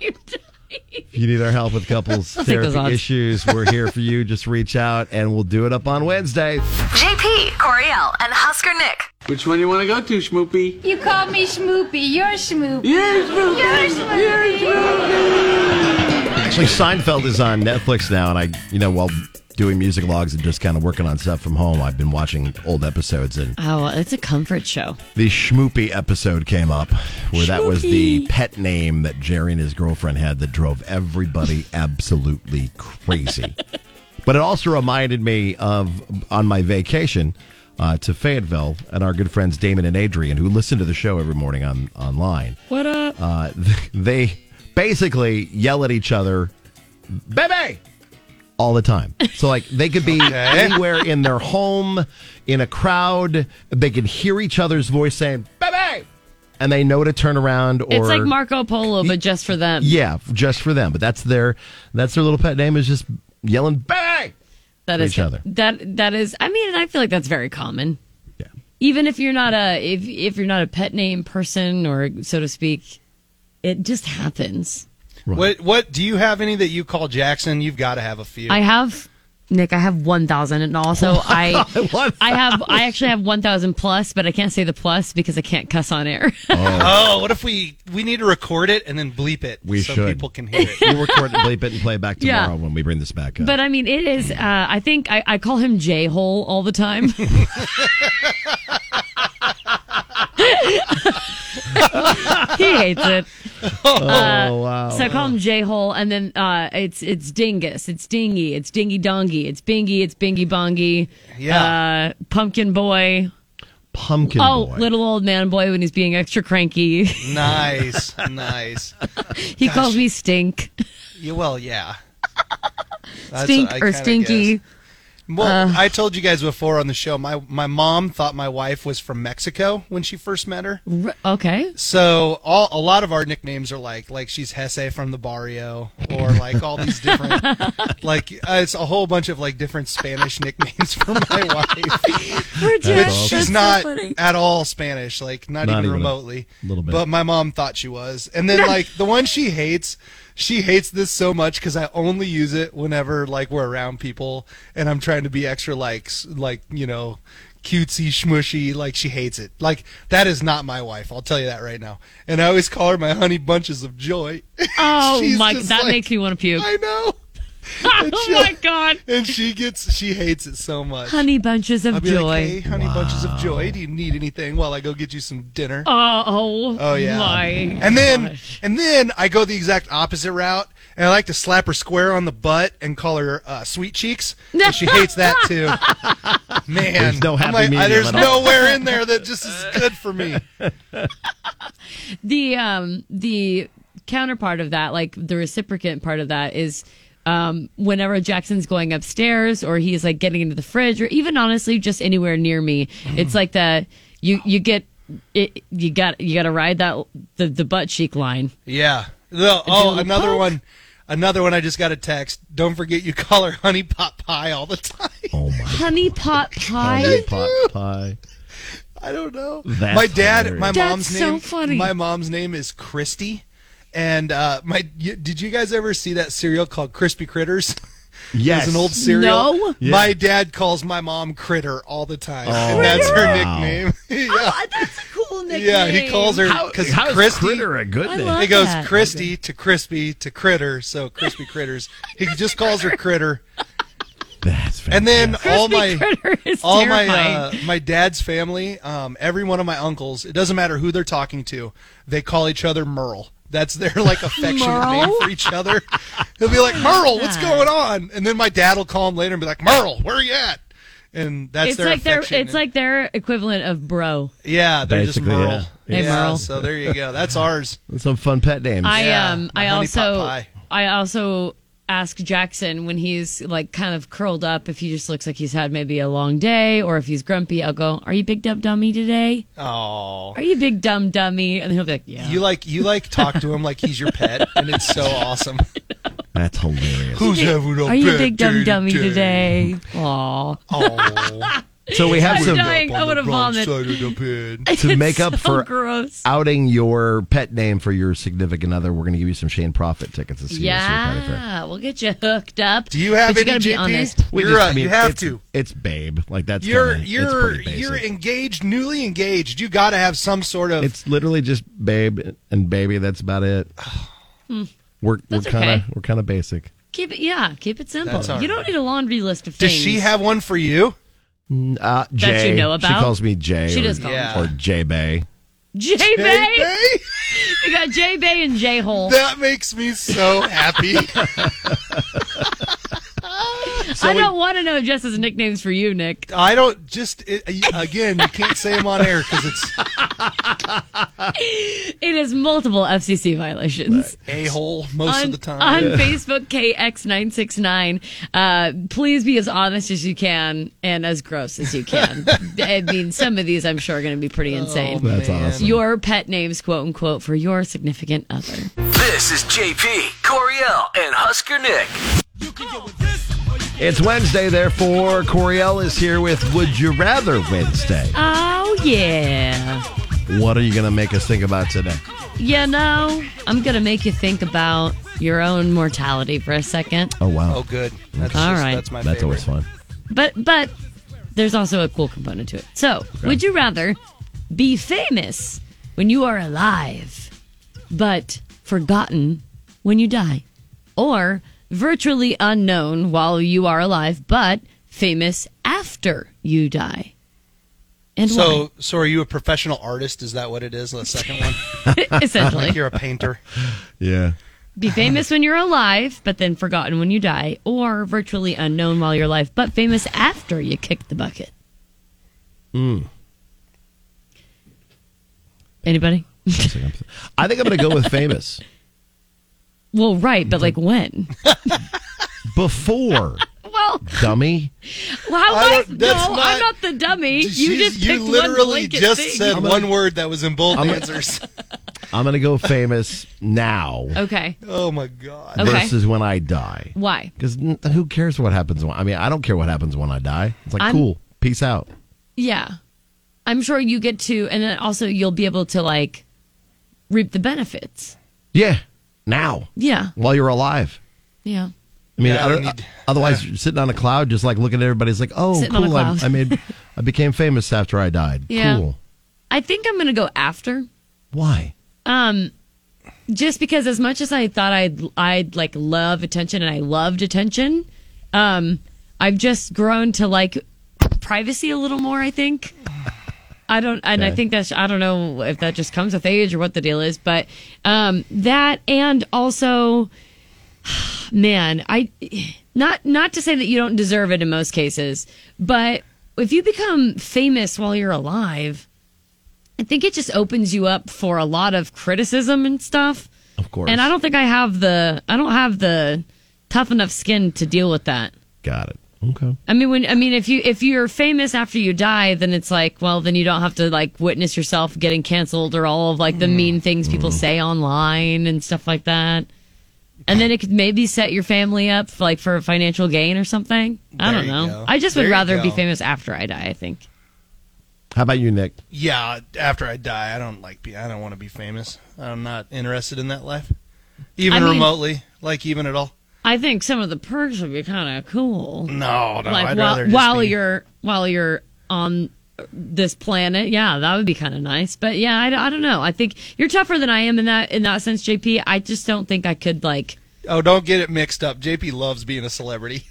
F: If you need our help with couples
H: I'll take those
F: therapy
H: odds.
F: issues, we're here for you. Just reach out and we'll do it up on Wednesday.
H: JP, Coriel, and Husker Nick.
B: Which one you want to go to, Schmoopy?
I: You call me Schmoopy. You're Schmoopy.
B: You're Schmoopy.
I: You're Schmoopy.
F: Actually, Seinfeld is on Netflix now, and I, you know, while doing music logs and just kind of working on stuff from home, I've been watching old episodes, and
G: Oh, it's a comfort show.
F: the Schmoopy episode came up, where that was the
G: Schmoopy.
F: pet name that Jerry and his girlfriend had that drove everybody absolutely crazy. but it also reminded me of on my vacation uh, to Fayetteville and our good friends Damon and Adrian, who listen to the show every morning on online.
G: What up?
F: Uh, th- they basically yell at each other, baby, all the time. So, like, they could be anywhere in their home, in a crowd. They can hear each other's voice saying, baby, and they know to turn around or.
G: it's like Marco Polo, but just for them.
F: Yeah, just for them. But that's their that's their little pet name is just yelling "bang"
G: That
F: at
G: is
F: each other.
G: that that is. I mean, and I feel like that's very common. Yeah. Even if you're not a if if you're not a pet name person or so to speak, it just happens.
K: What what do you have any that you call Jackson? You've got to have a few.
G: I have Nick. I have one thousand, and also
F: Oh
G: I I have I actually have one thousand plus, but I can't say the plus because I can't cuss on air.
K: Oh. what if we we need to record it and then bleep it
F: We
K: so
F: should.
K: people can hear it.
F: We'll record it, bleep it, and play it back
G: Yeah.
F: tomorrow when we bring this back up.
G: But I mean, it is. Uh, I think I, I call him J Hole all the time. he hates it. Uh,
F: Oh, wow.
G: So I call him J Hole, and then uh, it's it's Dingus, it's Dingy, it's Dingy Dongy, it's Bingy, it's Bingy Bongy,
F: Yeah.
G: uh, Pumpkin Boy.
F: Pumpkin
G: oh,
F: boy.
G: little old man boy when he's being extra cranky.
K: Nice, nice.
G: he calls me Stink.
K: Yeah, well, yeah. That's
G: Stink
K: what I
G: or
K: kinda
G: Stinky.
K: guessed. Well,
G: Uh.
K: I told you guys before on the show, my, my mom thought my wife was from Mexico when she first met her.
G: R- okay.
K: So all, a lot of our nicknames are like like she's Hesse from the barrio or like all these different like uh, it's a whole bunch of like different Spanish nicknames for my wife.
G: That's
K: Which
F: awesome.
K: she's
F: That's so
K: not
F: funny.
K: at all Spanish, like not,
F: Not
K: even,
F: even a
K: remotely.
F: little bit.
K: But my mom thought she was. And then like the one she hates, she hates this so much because I only use it whenever like we're around people and I'm trying to be extra like s- like you know cutesy schmushy. Like she hates it. Like that is not my wife. I'll tell you that right now. And I always call her my honey bunches of joy.
G: Oh
K: She's
G: my!
K: just
G: That
K: like-
G: makes me want to puke.
K: I know.
G: oh my god!
K: And she gets she hates it so much.
G: Honey bunches of
K: I'll be
G: joy.
K: Like, hey, honey bunches of joy. Do you need anything while I go get you some dinner?
G: Oh,
K: Oh yeah.
G: my
K: and then and then I go the exact opposite route and I like to slap her square on the butt and call her uh, sweet cheeks. And she hates that too. Man,
F: There's no
K: I'm
F: happy
K: like,
F: medium
K: there's
F: at all.
K: nowhere in there that just is good for me.
G: the um the counterpart of that, like the reciprocant part of that, is um whenever Jackson's going upstairs or he's like getting into the fridge or even honestly just anywhere near me, it's like the you you get it you got you got to ride that the the butt cheek line.
K: Yeah. The- oh, another one. Another one I just got a text. Don't forget you call her honey pot pie all the time.
G: Honey pot pie.
F: Honey Oh, pot pie.
K: I don't know.
F: That's
K: my dad,
F: hilarious.
K: my
F: That's
K: mom's
G: so
K: name.
G: funny.
K: My mom's name is Christy, and uh, my you, did you guys ever see that cereal called Crispy Critters?
F: Yes.
K: It's an old cereal.
G: No.
F: Yeah.
K: My dad calls my mom Critter all the time,
F: Oh,
K: and that's her
F: wow.
K: nickname. yeah.
G: that's a cool nickname.
K: Yeah, he calls her
F: How-
K: because
F: how is
K: Christy,
F: Critter a good I name? love
K: He goes
F: that.
K: Christy to Crispy to Critter, so Crispy Critters. He just calls her Critter.
F: That's
K: and then all my
G: is
K: all my uh,
G: terrifying.
K: my dad's family, um, every one of my uncles. It doesn't matter who they're talking to, they call each other Merle. That's their like affectionate name
G: Merle?
K: for each other. They'll be like Merle, what's going on? And then my dad will call him later and be like Merle, where are you at? And that's
G: it's
K: their
G: like their
K: affection.
G: it's like their equivalent of bro.
K: yeah, they're
F: Basically,
K: just Merle.
F: yeah. Hey,
K: Yeah,
F: Merle.
K: So there you go. That's ours.
F: Some fun pet names.
G: I
K: Yeah,
G: um I
K: my honey pot
G: also
K: pie.
G: I also ask Jackson when he's like kind of curled up if he just looks like he's had maybe a long day or if he's grumpy, I'll go, Are you big dumb dummy today?
K: Oh,
G: Are you big dumb dummy? And he'll be like, Yeah.
K: you like you like talk to him like he's your pet, and it's so awesome.
F: That's hilarious.
K: Who's having a
G: Are you
K: bad
G: big dumb
K: day
G: dummy
K: today?
G: today? Aw.
K: Oh,
F: So we have
G: I'm
F: some-
G: dying. I
F: On
G: want to
F: the wrong
G: vomit.
F: side of to make up
G: It's so
F: for
G: gross.
F: outing your pet name for your significant other, we're going to give you some Shane Profit tickets this year.
G: Yeah, we'll get you hooked up.
K: Do you have
G: but you
K: any
G: gotta be
K: GPs?
G: honest.
K: We You're just- a- you have
F: it's,
K: to.
F: It's babe, like that's
K: you're
F: kinda- it's
K: you're
F: pretty basic.
K: you're engaged, newly engaged. You got to have some sort of.
F: It's literally just babe and baby. That's about it.
G: Hmm.
F: We're
G: That's
F: we're kind of
G: okay.
F: we're kind of basic.
G: Keep it, yeah, keep it simple.
F: That's all
G: You don't need a laundry list of
K: Does
G: things.
K: she have one for you?
F: Mm, Uh, Jay,
G: That you know
F: She
G: about?
F: calls me Jay.
G: She
F: or,
G: does call me Yeah.
F: or J Bay.
G: J Bay. You got J Bay and J Hole.
K: That makes me so happy.
G: I don't want to know Jess's nicknames for you, Nick.
K: I don't just it, again. You can't say them on air because it's
G: It is multiple FCC violations.
K: a hole most
G: on,
K: of the time.
G: on Facebook KX969. Uh, please be as honest as you can and as gross as you can. I mean, some of these I'm sure are going to be pretty
K: Oh,
G: insane.
F: That's man. awesome.
G: Your pet names, quote unquote, for your significant other.
A: This is JP, Coriel, and Husker Nick.
F: It's Wednesday, therefore Coriel is here with Would You Rather Wednesday.
G: Oh, yeah.
F: What are you going to make us think about today?
G: You know, I'm going to make you think about your own mortality for a second.
F: Oh wow!
K: Oh good. That's
G: All
K: just-
G: right.
K: That's my.
F: That's
K: favorite.
F: always fun.
G: But but there's also a cool component to it. So, would you rather be famous when you are alive, but forgotten when you die, or virtually unknown while you are alive, but famous after you die? And
K: so, so are you a professional artist? Is that what it is? The second one,
G: Essentially.
K: like you're a painter.
F: Yeah.
G: Be famous when you're alive, but then forgotten when you die, or virtually unknown while you're alive, but famous after you kick the bucket.
F: Mm.
G: Anybody?
F: I think I'm going to go with famous
G: Well, right, but like when?
F: before.
G: Well,
F: dummy.
G: Well, how
K: I
G: was
K: don't- that's
G: no?
K: not-
G: I'm not the dummy. You
K: She's-
G: just
K: you
G: picked one
K: literally
G: blanket
K: just
G: thing.
K: said one word that was in both
F: I'm a-
K: answers.
F: I'm going to go famous now
G: Okay.
K: Oh my god.
G: Okay.
F: versus when I die.
G: Why?
F: Because who cares what happens when? I mean, I don't care what happens when I die. It's like
G: I'm-
F: cool, peace out.
G: Yeah, I'm sure you get to, and then also you'll be able to like reap the benefits.
F: Yeah, now
G: Yeah,
F: while you're alive.
G: yeah.
F: I mean,
K: Yeah, I
F: other-
K: don't need-
F: otherwise you're sitting on a cloud, just like looking at everybody's like, oh,
G: Sitting on a
F: cool. I,
G: cloud.
F: I made, I became famous after I died.
G: Yeah.
F: Cool.
G: I think I'm gonna go after.
F: Why?
G: Um, just because as much as I thought I'd I'd like love attention and I loved attention, um, I've just grown to like privacy a little more. I think. I don't, and I
C: Okay.
G: think that's I don't know if that just comes with age or what the deal is, but um, that and also, man, I not not to say that you don't deserve it in most cases, but if you become famous while you're alive, I think it just opens you up for a lot of criticism and stuff.
F: Of course.
G: And I don't think I have the I don't have the tough enough skin to deal with that.
F: Got it. Okay.
G: I mean when I mean if you if you're famous after you die, then it's like, well, then you don't have to like witness yourself getting canceled or all of like
K: Mm.
G: the mean things people say online and stuff like that. And then it could maybe set your family up like for a financial gain or something. I
K: There
G: don't
K: you
G: know.
K: go.
G: I just would
K: There you
G: rather be
K: go.
G: famous after I die, I think.
F: How about you, Nick?
K: Yeah, after I die, I don't like be. I don't want to be famous. I'm not interested in that life, even
G: I mean-
K: remotely, like even at all.
G: I think some of the perks would be kind of cool.
K: No, no,
G: like
K: Oh, I'd
G: while,
K: rather just
G: while
K: be-
G: you're while you're on this planet, yeah, that would be kind of nice. But yeah, I, I don't know. I think you're tougher than I am in that in that sense, JP. I just don't think I could like.
K: Oh, don't get it mixed up. JP loves being a celebrity.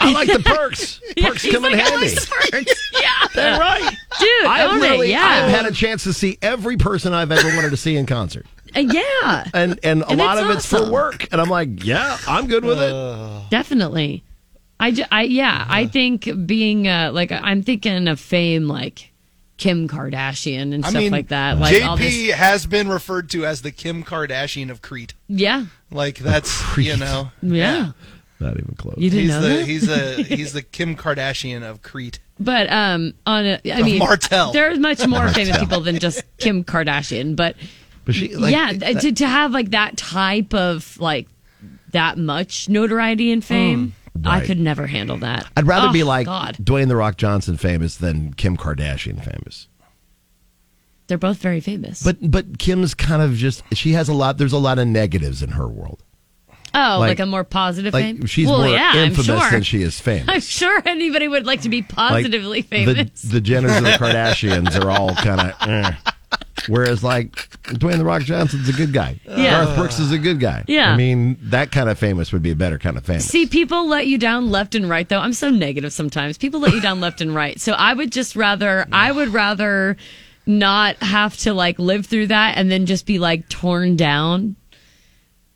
F: I like the perks. Perks
G: He's
F: come in
G: like, I
F: handy.
G: like perks. yeah,
F: They're right.
G: dude.
F: I've
G: own
F: literally,
G: it. Yeah,
F: I've had a chance to see every person I've ever wanted to see in concert,
G: Uh, yeah,
F: and and a
G: And
F: lot
G: it's
F: of it's for
G: awesome.
F: work. And I'm like, yeah, I'm good with it.
K: Uh,
G: definitely. I, ju- I yeah, I think being uh, like I'm thinking of fame like Kim Kardashian and
K: I
G: stuff
K: mean,
G: like that. Like all
K: JP
G: this,
K: has been referred to as the Kim Kardashian of Crete.
G: yeah,
K: Like that's you know.
G: yeah.
F: Not even close.
G: You didn't
K: he's
G: know
K: the
G: that?
K: he's the he's the Kim Kardashian of Crete.
G: But um, on a, I mean,
K: Martell.
G: There's much more famous
K: Martell.
G: people than just Kim Kardashian, but,
F: But she, like,
G: yeah,
F: that-
G: to to have like that type of like that much notoriety and fame, I could never handle that.
F: I'd rather
G: Oh,
F: be like
G: God.
F: Dwayne the Rock Johnson famous than Kim Kardashian famous.
G: They're both very famous.
F: But but Kim's kind of just she has a lot. There's a lot of negatives in her world.
G: oh, like,
F: like-
G: a more positive
F: Like
G: fame.
F: she's
G: well,
F: more
G: yeah,
F: infamous
G: I'm sure.
F: than she is famous.
G: I'm sure anybody would like to be
F: Like,
G: positively
F: the-
G: famous.
F: The, Jenners and the Kardashians are all kind of. Whereas like Dwayne the Rock Johnson's a good guy.
G: Yeah.
F: Garth Brooks is a good guy.
G: Yeah.
F: I mean that kind of famous would be a better kind of famous.
G: See, people let you down left and right, though. I'm so negative sometimes. People let you down left and right. So I would just rather, I would rather not have to like live through that and then just be like torn down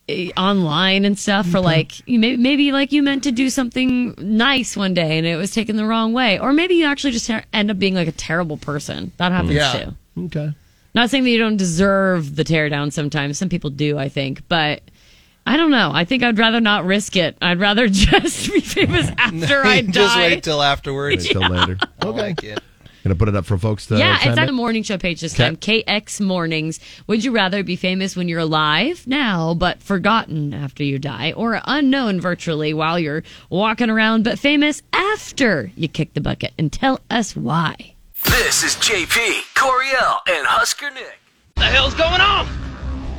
G: eh, online and stuff for like you may, maybe like you meant to do something nice one day and it was taken the wrong way or maybe you actually just ter- end up being like a terrible person that happens
F: Yeah.
G: too
F: Okay.
G: not saying that you don't deserve the teardown sometimes. Some people do, I think. But I don't know. I think I'd rather not risk it. I'd rather just be famous after I die.
K: Just wait till afterwards.
F: Wait till later.
K: I don't like it.
F: Gonna put it up for folks to
G: yeah, it's
F: chime
G: on
F: in?
G: the morning show page this
F: Okay.
G: time. KX Mornings. Would you rather be famous when you're alive now, but forgotten after you die, or unknown virtually while you're walking around, but famous after you kick the bucket? And tell us why.
A: This is JP, Coriel, and Husker Nick.
C: The hell's going on?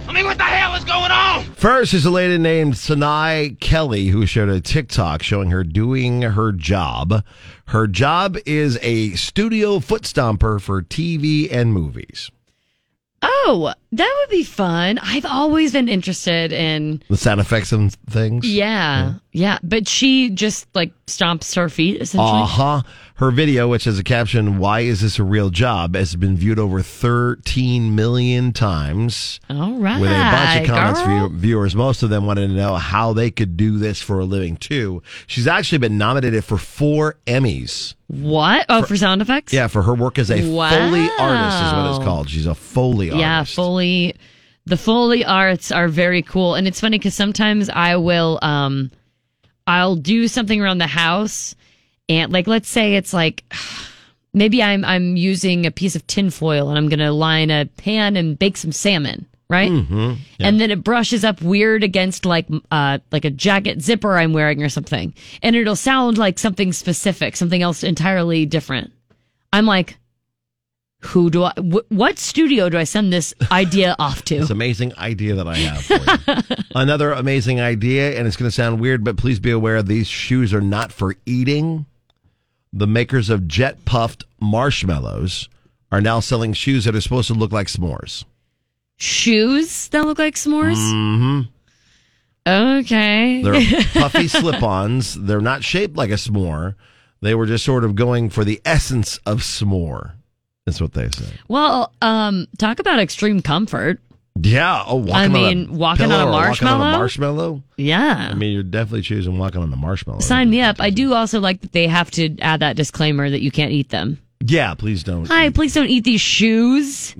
C: I mean, what the hell is going on?
F: First is a lady named Sinai Kelly who showed a TikTok showing her doing her job. Her job is a studio foot stomper for TV and movies.
G: Oh, that would be fun. I've always been interested in
F: The sound effects and things.
G: Yeah, yeah, but she just like stomps her feet essentially.
F: Uh huh. Her video, which has a caption, Why is this a real job? has been viewed over 13 million times.
G: All right.
F: With a bunch of comments,
G: girl.
F: view- viewers, most of them wanted to know how they could do this for a living, too. She's actually been nominated for four Emmys.
G: What? Oh, for, sound effects?
F: Yeah, for her work as a
G: Wow.
F: Foley artist, is what it's called. She's a Foley artist.
G: Yeah, Foley. The Foley arts are very cool, and it's funny because sometimes I will, um, I'll do something around the house, and like let's say it's like maybe I'm I'm using a piece of tinfoil and I'm gonna line a pan and bake some salmon, right?
V: Mm-hmm.
G: and then it brushes up weird against like uh like a jacket zipper I'm wearing or something, and it'll sound like something specific, something else entirely different. I'm like, who do I? Wh- what studio do I send this idea off to?
F: This amazing idea that I have for you. Another amazing idea, and it's going to sound weird, but please be aware these shoes are not for eating. The makers of jet puffed marshmallows are now selling shoes that are supposed to look like s'mores.
G: Shoes that look like s'mores.
F: hmm
G: Okay,
F: They're puffy slip ons. They're not shaped like a s'more. They were just sort of going for the essence of s'more. That's what they say.
G: Well, um, talk about extreme comfort.
F: Yeah. Oh, walking
G: I
F: on
G: mean,
F: a
G: walking
F: pillow
G: on a
F: or
G: marshmallow?
F: marshmallow.
G: Yeah.
F: I mean, you're definitely choosing walking on a marshmallow.
G: Sign me up. I do also like that they have to add that disclaimer that you can't eat them.
F: Yeah, please don't.
G: Hi, please don't eat these shoes.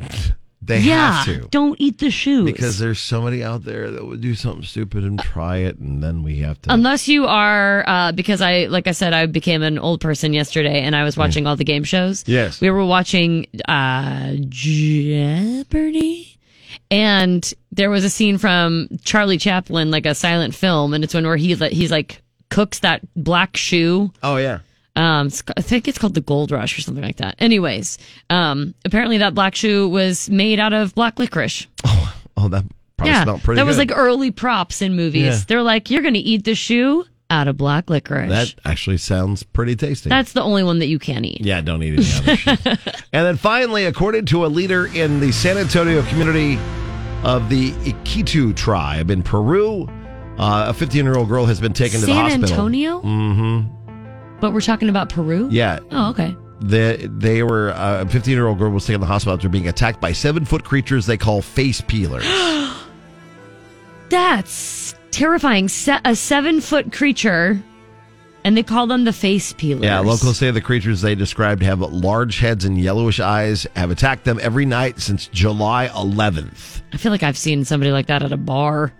F: They
G: yeah,
F: have to.
G: don't eat the shoes.
F: Because there's somebody out there that would do something stupid and try it, and then we have to.
G: Unless you are, uh, because I, like I said, I became an old person yesterday and I was watching all the game shows.
F: Yes.
G: We were watching uh, Jeopardy. And there was a scene from Charlie Chaplin, like a silent film. And it's one where he, he's like, cooks that black shoe.
F: Oh, yeah.
G: Um, it's ca- I think it's called the Gold Rush or something like that. Anyways, um, apparently that black shoe was made out of black licorice.
F: Oh, that probably smelled pretty
G: that was
F: good.
G: like early props in movies.
F: Yeah.
G: They're like, you're going to eat the shoe out of black licorice.
F: That actually sounds pretty tasty.
G: That's the only one that you can eat.
F: yeah, don't eat it. and then finally, according to a leader in the San Antonio community of the Iquitu tribe in Peru, uh, a 15 year old girl has been taken to the
G: San
F: hospital.
G: Antonio?
F: Mm hmm.
G: But we're talking about Peru?
F: Yeah.
G: Oh, okay.
F: The, they were uh, a 15 year old girl was taken to the hospital after being attacked by seven foot creatures they call face peelers.
G: That's terrifying. Se- a seven foot creature, and they call them the face peelers.
F: Yeah, locals say the creatures they described have large heads and yellowish eyes have attacked them every night since July 11th.
G: I feel like I've seen somebody like that at a bar.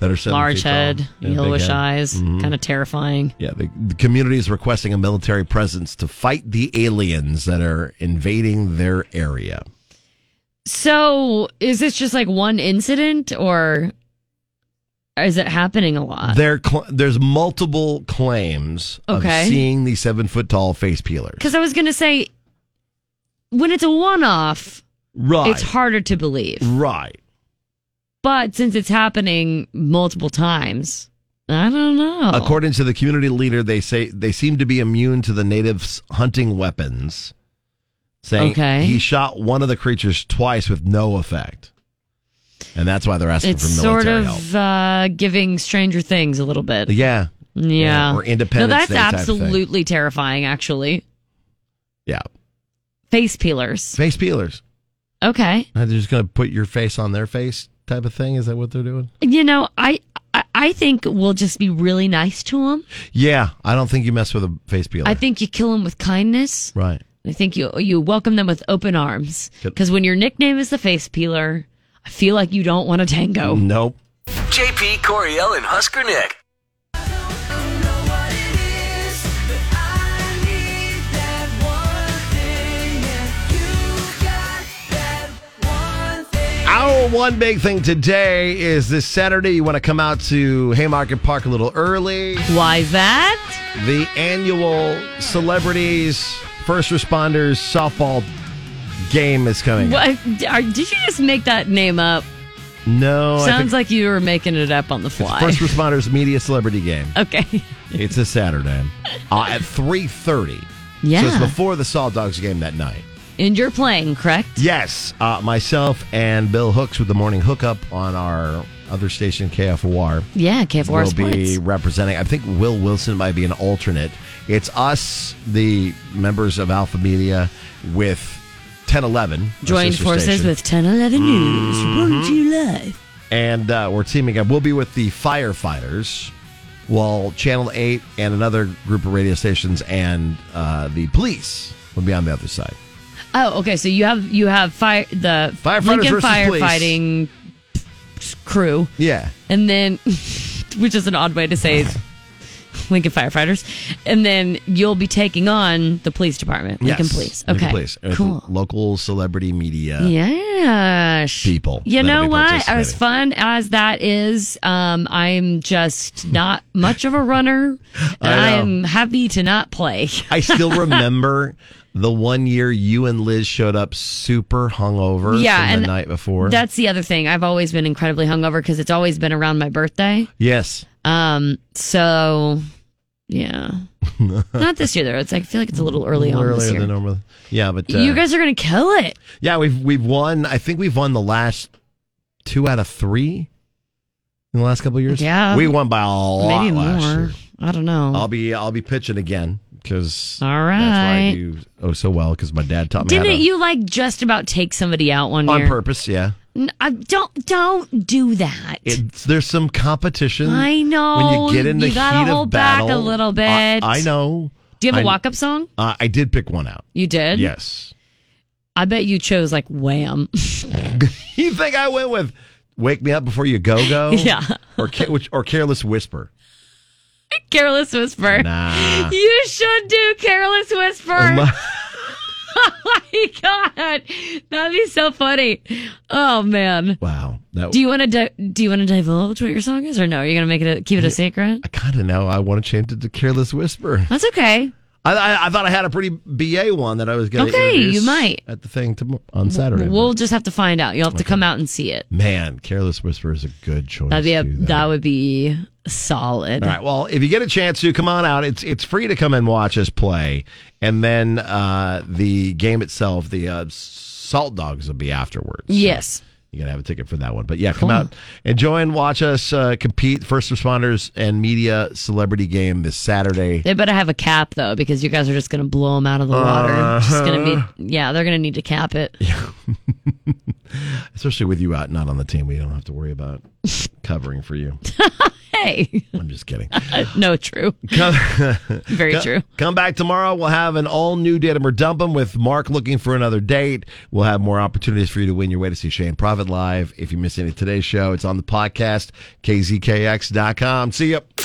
F: That are seven
G: Large
F: feet tall.
G: head,
F: Yeah, big
G: yellowish
F: head.
G: eyes,
F: Mhm.
G: kind of terrifying.
F: Yeah, the, the community is requesting a military presence to fight the aliens that are invading their area.
G: So, is this just like one incident, or is it happening a lot?
F: There, cl- there's multiple claims
G: Okay.
F: of seeing the seven foot tall face peeler.
G: Because I was going to say, when it's a one off,
F: Right.
G: it's harder to believe.
F: Right.
G: But since it's happening multiple times, I don't know.
F: According to the community leader, they say they seem to be immune to the natives' hunting weapons. Saying
G: Okay.
F: he shot one of the creatures twice with no effect, and that's why they're asking
G: it's
F: for
G: sort
F: military help.
G: of uh, giving Stranger Things a little bit.
F: Yeah.
G: Yeah.
F: Or Independence
G: No, that's
F: Day type of thing.
G: absolutely terrifying, actually.
F: Yeah.
G: Face peelers.
F: Face peelers.
G: Okay.
F: They're just going to put your face on their face type of thing. Is that what they're doing?
G: You know, I, I I think we'll just be really nice to them.
F: Yeah. I don't think you mess with a face peeler.
G: I think you kill them with kindness.
F: right.
G: I think you you welcome them with open arms
F: Good.
G: because when your nickname is the face peeler, I feel like you don't want to tango.
F: Nope.
A: JP Coriel and Husker Nick.
F: Our one big thing today is this Saturday. You want to come out to Haymarket Park a little early.
G: Why that?
F: The annual celebrities, first responders softball game is coming. up.
G: What, are, did you just make that name up?
F: No, Oh, I
G: Sounds
F: think
G: like you were making it up on the fly.
F: first responders media celebrity game.
G: okay.
F: It's a Saturday uh, at three thirty.
G: Yeah.
F: so it's before the Saw Dogs game that night.
G: And you're playing, correct?
F: Yes, uh, myself and Bill Hooks with the morning hookup on our other station KFOR.
G: Yeah, KFOR
F: will
G: Sports.
F: be representing. I think Will Wilson might be an alternate. It's us, the members of Alpha Media, with 1011 our
G: Joined
F: sister
G: forces
F: station. Mm-hmm.
G: with 1011 News. Brought to you live.
F: and uh, we're teaming up. We'll be with the firefighters, while Channel Eight and another group of radio stations and uh, the police will be on the other side.
G: Oh, okay. So you have you have fire the
F: Firefighters
G: Lincoln
F: versus police.
G: firefighting crew,
F: Yeah,
G: and then which is an odd way to say it, Lincoln firefighters, and then you'll be taking on the police department, Lincoln
F: Yes.
G: Police. Okay,
F: Lincoln Police. Uh, With
G: cool.
F: Local celebrity media.
G: Yeah.
F: people.
G: You
F: that'll
G: know
F: be
G: what? As
F: participating.
G: fun as that is, um, I'm just not much of a runner. and
F: I know.
G: I'm happy to not play.
F: I still remember the one year you and Liz showed up super hungover
G: Yeah,
F: from
G: and
F: the night before.
G: That's the other thing. I've always been incredibly hungover because it's always been around my birthday.
F: yes.
G: Um, so yeah, not this year though. It's like I feel like it's a little early
F: Earlier
G: on this year.
F: than normal. Yeah, but uh,
G: you guys are gonna kill it.
F: yeah, we've we've won. I think we've won the last two out of three in the last couple of years.
G: Yeah.
F: we won by a lot
G: Maybe
F: Oh, last
G: more.
F: year. Oh,
G: I don't know.
F: I'll be I'll be pitching again because
G: All
F: That's why I
G: right.
F: do oh so well because my dad taught me how
G: Didn't
F: to-
G: you like just about take somebody out one
F: on
G: year?
F: purpose. Yeah.
G: N- I don't don't do that.
F: It's, there's some competition.
G: I know.
F: When you get in the
G: You gotta
F: heat of
G: hold back a
F: battle.
G: little bit.
F: I, I know.
G: Do you have
F: a
G: a walk-up song?
F: Uh, I did pick one out.
G: You did?
F: Yes.
G: I bet you chose like Wham.
F: Oh. You think I went with "Wake Me Up Before You Go Go"?
G: Yeah.
F: Or Ca- which, or "Careless Whisper"?
G: Careless Whisper.
F: Nah.
G: You should do Careless Whisper.
F: My-
G: oh my god, that'd be so funny. Oh man.
F: Wow. That,
G: Do you want to di- do you want to divulge what your song is, or no? Are you gonna make it a, keep it a secret?
F: I kind of know. I want to change it to "Careless Whisper."
G: That's okay.
F: I, I, I thought I had a pretty BA one that I was going to.
G: Okay, you might.
F: at the thing tomorrow on Saturday. but-
G: We'll just have to find out. You'll have to come out and see it.
F: Man, "Careless Whisper" is a good choice.
G: That'd be a,
F: too, though.
G: that would be solid.
F: All right. Well, if you get a chance to come on out, it's it's free to come and watch us play, and then uh, the game itself, the uh, Salt Dogs will be afterwards.
G: Yes.
F: You gotta have a ticket for that one, but yeah, come out and join, watch us uh, compete. First responders and media celebrity game this Saturday.
G: They better have a cap though, because you guys are just gonna blow them out of the water. Just gonna
F: Uh-huh.
G: be yeah, they're gonna need to cap it.
F: Especially with you out, not on the team, we don't have to worry about covering for you.
G: Hey,
F: I'm just kidding.
G: no, true. Very
F: Co-
G: true.
F: Come back tomorrow. We'll have an all new Datum or Dump 'em with Mark looking for another date. We'll have more opportunities for you to win your way to see Shane Profit live. If you miss any of today's show, it's on the podcast, kzkx.com. See you.